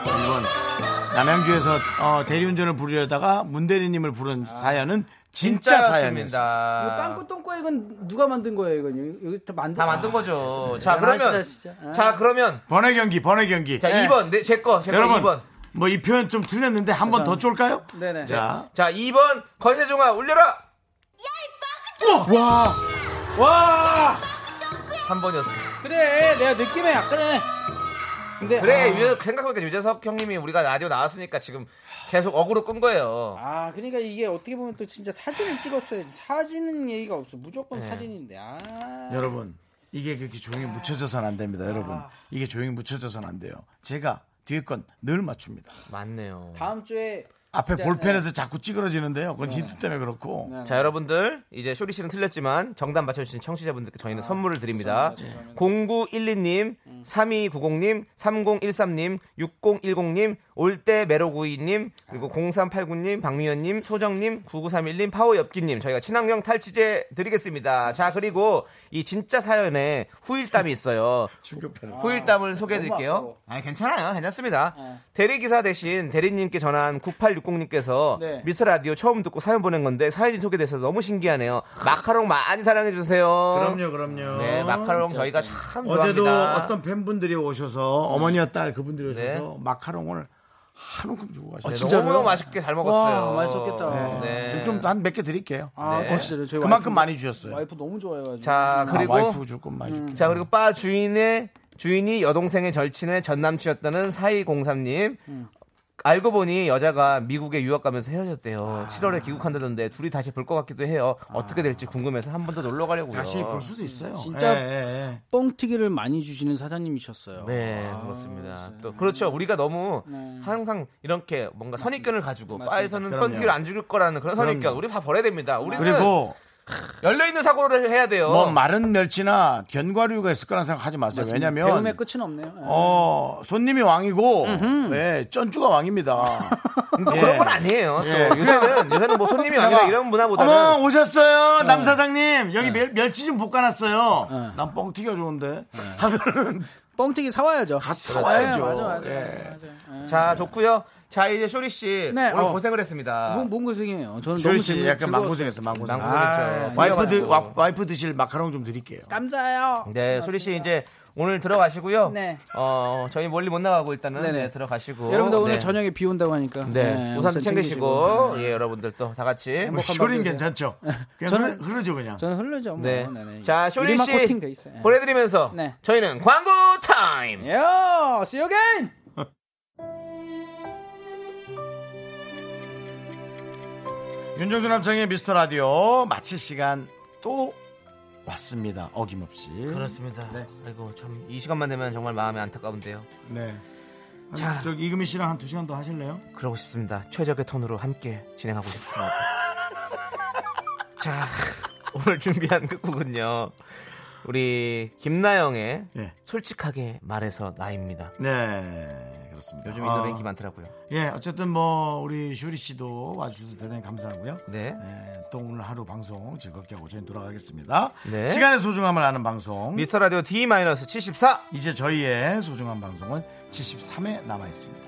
S1: 이번 남양주에서 어, 대리운전을 부르려다가 문대리님을 부른 사연은 진짜 사연입니다.
S7: 이거 빵꾸 똥꼬야 이건 누가 만든 거예요 이건 이거 다 만든
S2: 아. 다 만든 거죠. 자
S7: 대단하시다,
S2: 그러면
S7: 네. 진짜. 아.
S2: 자 그러면
S1: 번외 경기, 번외 경기.
S2: 자 2번 네, 제거 제거
S1: 여러분,
S2: 2번.
S1: 뭐 이 표현 좀 틀렸는데 한 번 더 쫄까요?
S7: 네네.
S1: 자,
S2: 자 2번 건세종아 울려라.
S1: 와,
S7: 와
S2: 3번이었어.
S7: 그래 내가 느낌에 약간 전에 근데
S2: 그래
S7: 아,
S2: 유재석 생각해보니까 유재석 형님이 우리가 라디오 나왔으니까 지금 계속 억으로 끈 거예요.
S7: 아 그러니까 이게 어떻게 보면 또 진짜 사진을 찍었어야지 사진은 얘기가 없어 무조건 사진인데 아
S1: 여러분 이게 그렇게 조용히 묻혀져서는 안 됩니다, 여러분. 이게 조용히 묻혀져서는 안 돼요. 제가 뒤에 건 늘 맞춥니다.
S2: 맞네요.
S7: 다음 주에
S1: 앞에
S7: 진짜,
S1: 볼펜에서 자꾸 찌그러지는데요. 그건 힌트 때문에 그렇고.
S2: 자 여러분들 이제 쇼리 씨는 틀렸지만 정답 맞춰주신 청취자분들께 저희는 선물을 드립니다. 음. 0912님, 3290님, 3013님, 6010님, 올때 메로구이님, 그리고 0389님, 박미연님, 소정님, 9931님, 파워엽기님 저희가 친환경 탈취제 드리겠습니다. 자 그리고 이 진짜 사연에 후일담이 있어요. 후일담을 소개해드릴게요.
S7: 아까워. 어.
S2: 아니 괜찮아요, 괜찮습니다. 대리기사 대신 대리님께 전화한 9860님께서
S7: 네.
S2: 미스터 라디오 처음 듣고 사연 보낸 건데 사연이 소개돼서 너무 신기하네요. 마카롱 많이 사랑해 주세요.
S1: 그럼요, 그럼요.
S2: 네, 마카롱 저희가 참
S1: 어제도
S2: 좋아합니다. 음.
S1: 어떤 팬분들이 오셔서 어머니와 딸 그분들이 오셔서
S2: 네.
S1: 마카롱을 한 움큼 주고 가셨어요.
S2: 너무 너무 맛있게 잘 먹었어요.
S7: 와, 맛있었겠다.
S2: 네.
S1: 좀 한 몇 개 드릴게요.
S7: 아 어, 진짜로 저희
S1: 그만큼
S7: 와이프-
S1: 많이 주셨어요.
S7: 와이프 너무 좋아해가지고 음.
S2: 자
S1: 아,
S2: 그리고
S1: 와이프 줄건 많이 줄게.
S2: 자 그리고 바 주인의 주인이 여동생의 절친의 전남친이었다는 4203님. 알고 보니 여자가 미국에 유학 가면서 헤어졌대요. 7월에 귀국한다던데 둘이 다시 볼 것 같기도 해요. 어떻게 될지 궁금해서 한 번 더 놀러 가려고요.
S1: 다시 볼 수도 있어요.
S7: 진짜-
S1: 예, 예, 예.
S7: 뻥튀기를 많이 주시는 사장님이셨어요
S2: 네,
S1: 아,
S2: 그렇습니다. 또 그렇죠. 우리가 너무 항상 이렇게 뭔가 선입견을 가지고 바에서는
S1: 그럼요.
S2: 뻔기를 안 죽일 거라는 그런 선입견 우리 다 버려야 됩니다. 우리는 어.
S1: 그리고
S2: 열려 있는 사고를 해야 돼요.
S1: 뭐 마른 멸치나 견과류가 있을 거란 생각하지 마세요.
S7: 배움의
S1: 왜냐면
S7: 끝은 없네요 아.
S1: 어 손님이 왕이고 네, 쩐주가 왕입니다. 예.
S2: 또 *laughs* 뭐 그런 건 아니에요. 또 요새는 요새는 뭐 손님이 아니라
S1: 제가,
S2: 이런 문화보다는 네.
S1: 어머 오셨어요 남 사장님 여기 멸, 멸치 좀 볶아놨어요. 난 뻥튀기가 좋은데 *laughs* 하면은
S7: 뻥튀기 사와야죠 네,
S1: 다 사와야죠.
S7: 맞아 맞아
S1: 예.
S2: 자 좋고요. 자 이제 쇼리 씨
S7: 네,
S2: 오늘
S7: 어.
S2: 고생을 했습니다.
S7: 뭔, 뭔 고생이에요 저는
S1: 조리
S7: 너무
S1: 씨
S7: 즐거-
S1: 약간
S7: 즐거웠어요.
S1: 망고생했어 망고생.
S2: 난 고생했죠.
S7: 아,
S1: 아, 와이프, 드,
S2: 즐겨가지고.
S1: 와, 와이프 드실 마카롱 좀 드릴게요.
S7: 감사해요
S2: 네, 쇼리 씨 이제 오늘 들어가시고요.
S7: 네.
S2: 어 저희 멀리 못 나가고 일단은
S7: 네네.
S2: 네, 들어가시고
S7: 여러분들 오늘
S2: 네.
S7: 저녁에 비 온다고 하니까
S2: 네,
S7: 네,
S2: 우산 챙기시고 예 여러분들 또 다 같이
S7: 행복한
S1: 쇼린
S7: 밤 되세요.
S1: *laughs* 괜찮죠? 그냥
S7: 저는-
S1: 흐르- 흐르죠 그냥.
S7: 저는 흘러죠 뭐.
S2: 네.
S7: 네네.
S2: 자, 쇼리
S7: 이름만
S2: 씨
S7: 코팅돼 있어요. 예.
S2: 보내드리면서
S7: 네. 예.
S2: 저희는 광고 타임.
S7: 요, see you again.
S1: 윤정수 남창의 미스터 라디오 마칠 시간 또 왔습니다. 어김없이.
S2: 그렇습니다. 네. 아이고 참 이 시간만 되면 정말 마음이 안타까운데요.
S1: 네.
S2: 자.
S1: 자, 저 이금희 씨랑 한 두 시간 더 하실래요?
S2: 그러고 싶습니다. 최적의 톤으로 함께 진행하고 *laughs* 싶습니다. 자, 오늘 준비한 끝곡은요. 우리 김나영의
S1: 네.
S2: 솔직하게 말해서 나입니다. 아.
S1: 네, 그렇습니다.
S2: 요즘 이 노래 인기 많더라고요.
S1: 예, 어쨌든 뭐 우리 슈리 씨도 와주셔서 대단히 감사하고요.
S2: 네.
S1: 네, 또 오늘 하루 방송 즐겁게 하고 저희 는 돌아가겠습니다.
S2: 네.
S1: 시간의 소중함을 아는 방송.
S2: 미스터 라디오 D-74
S1: 이제 저희의 소중한 방송은 73회 남아 있습니다.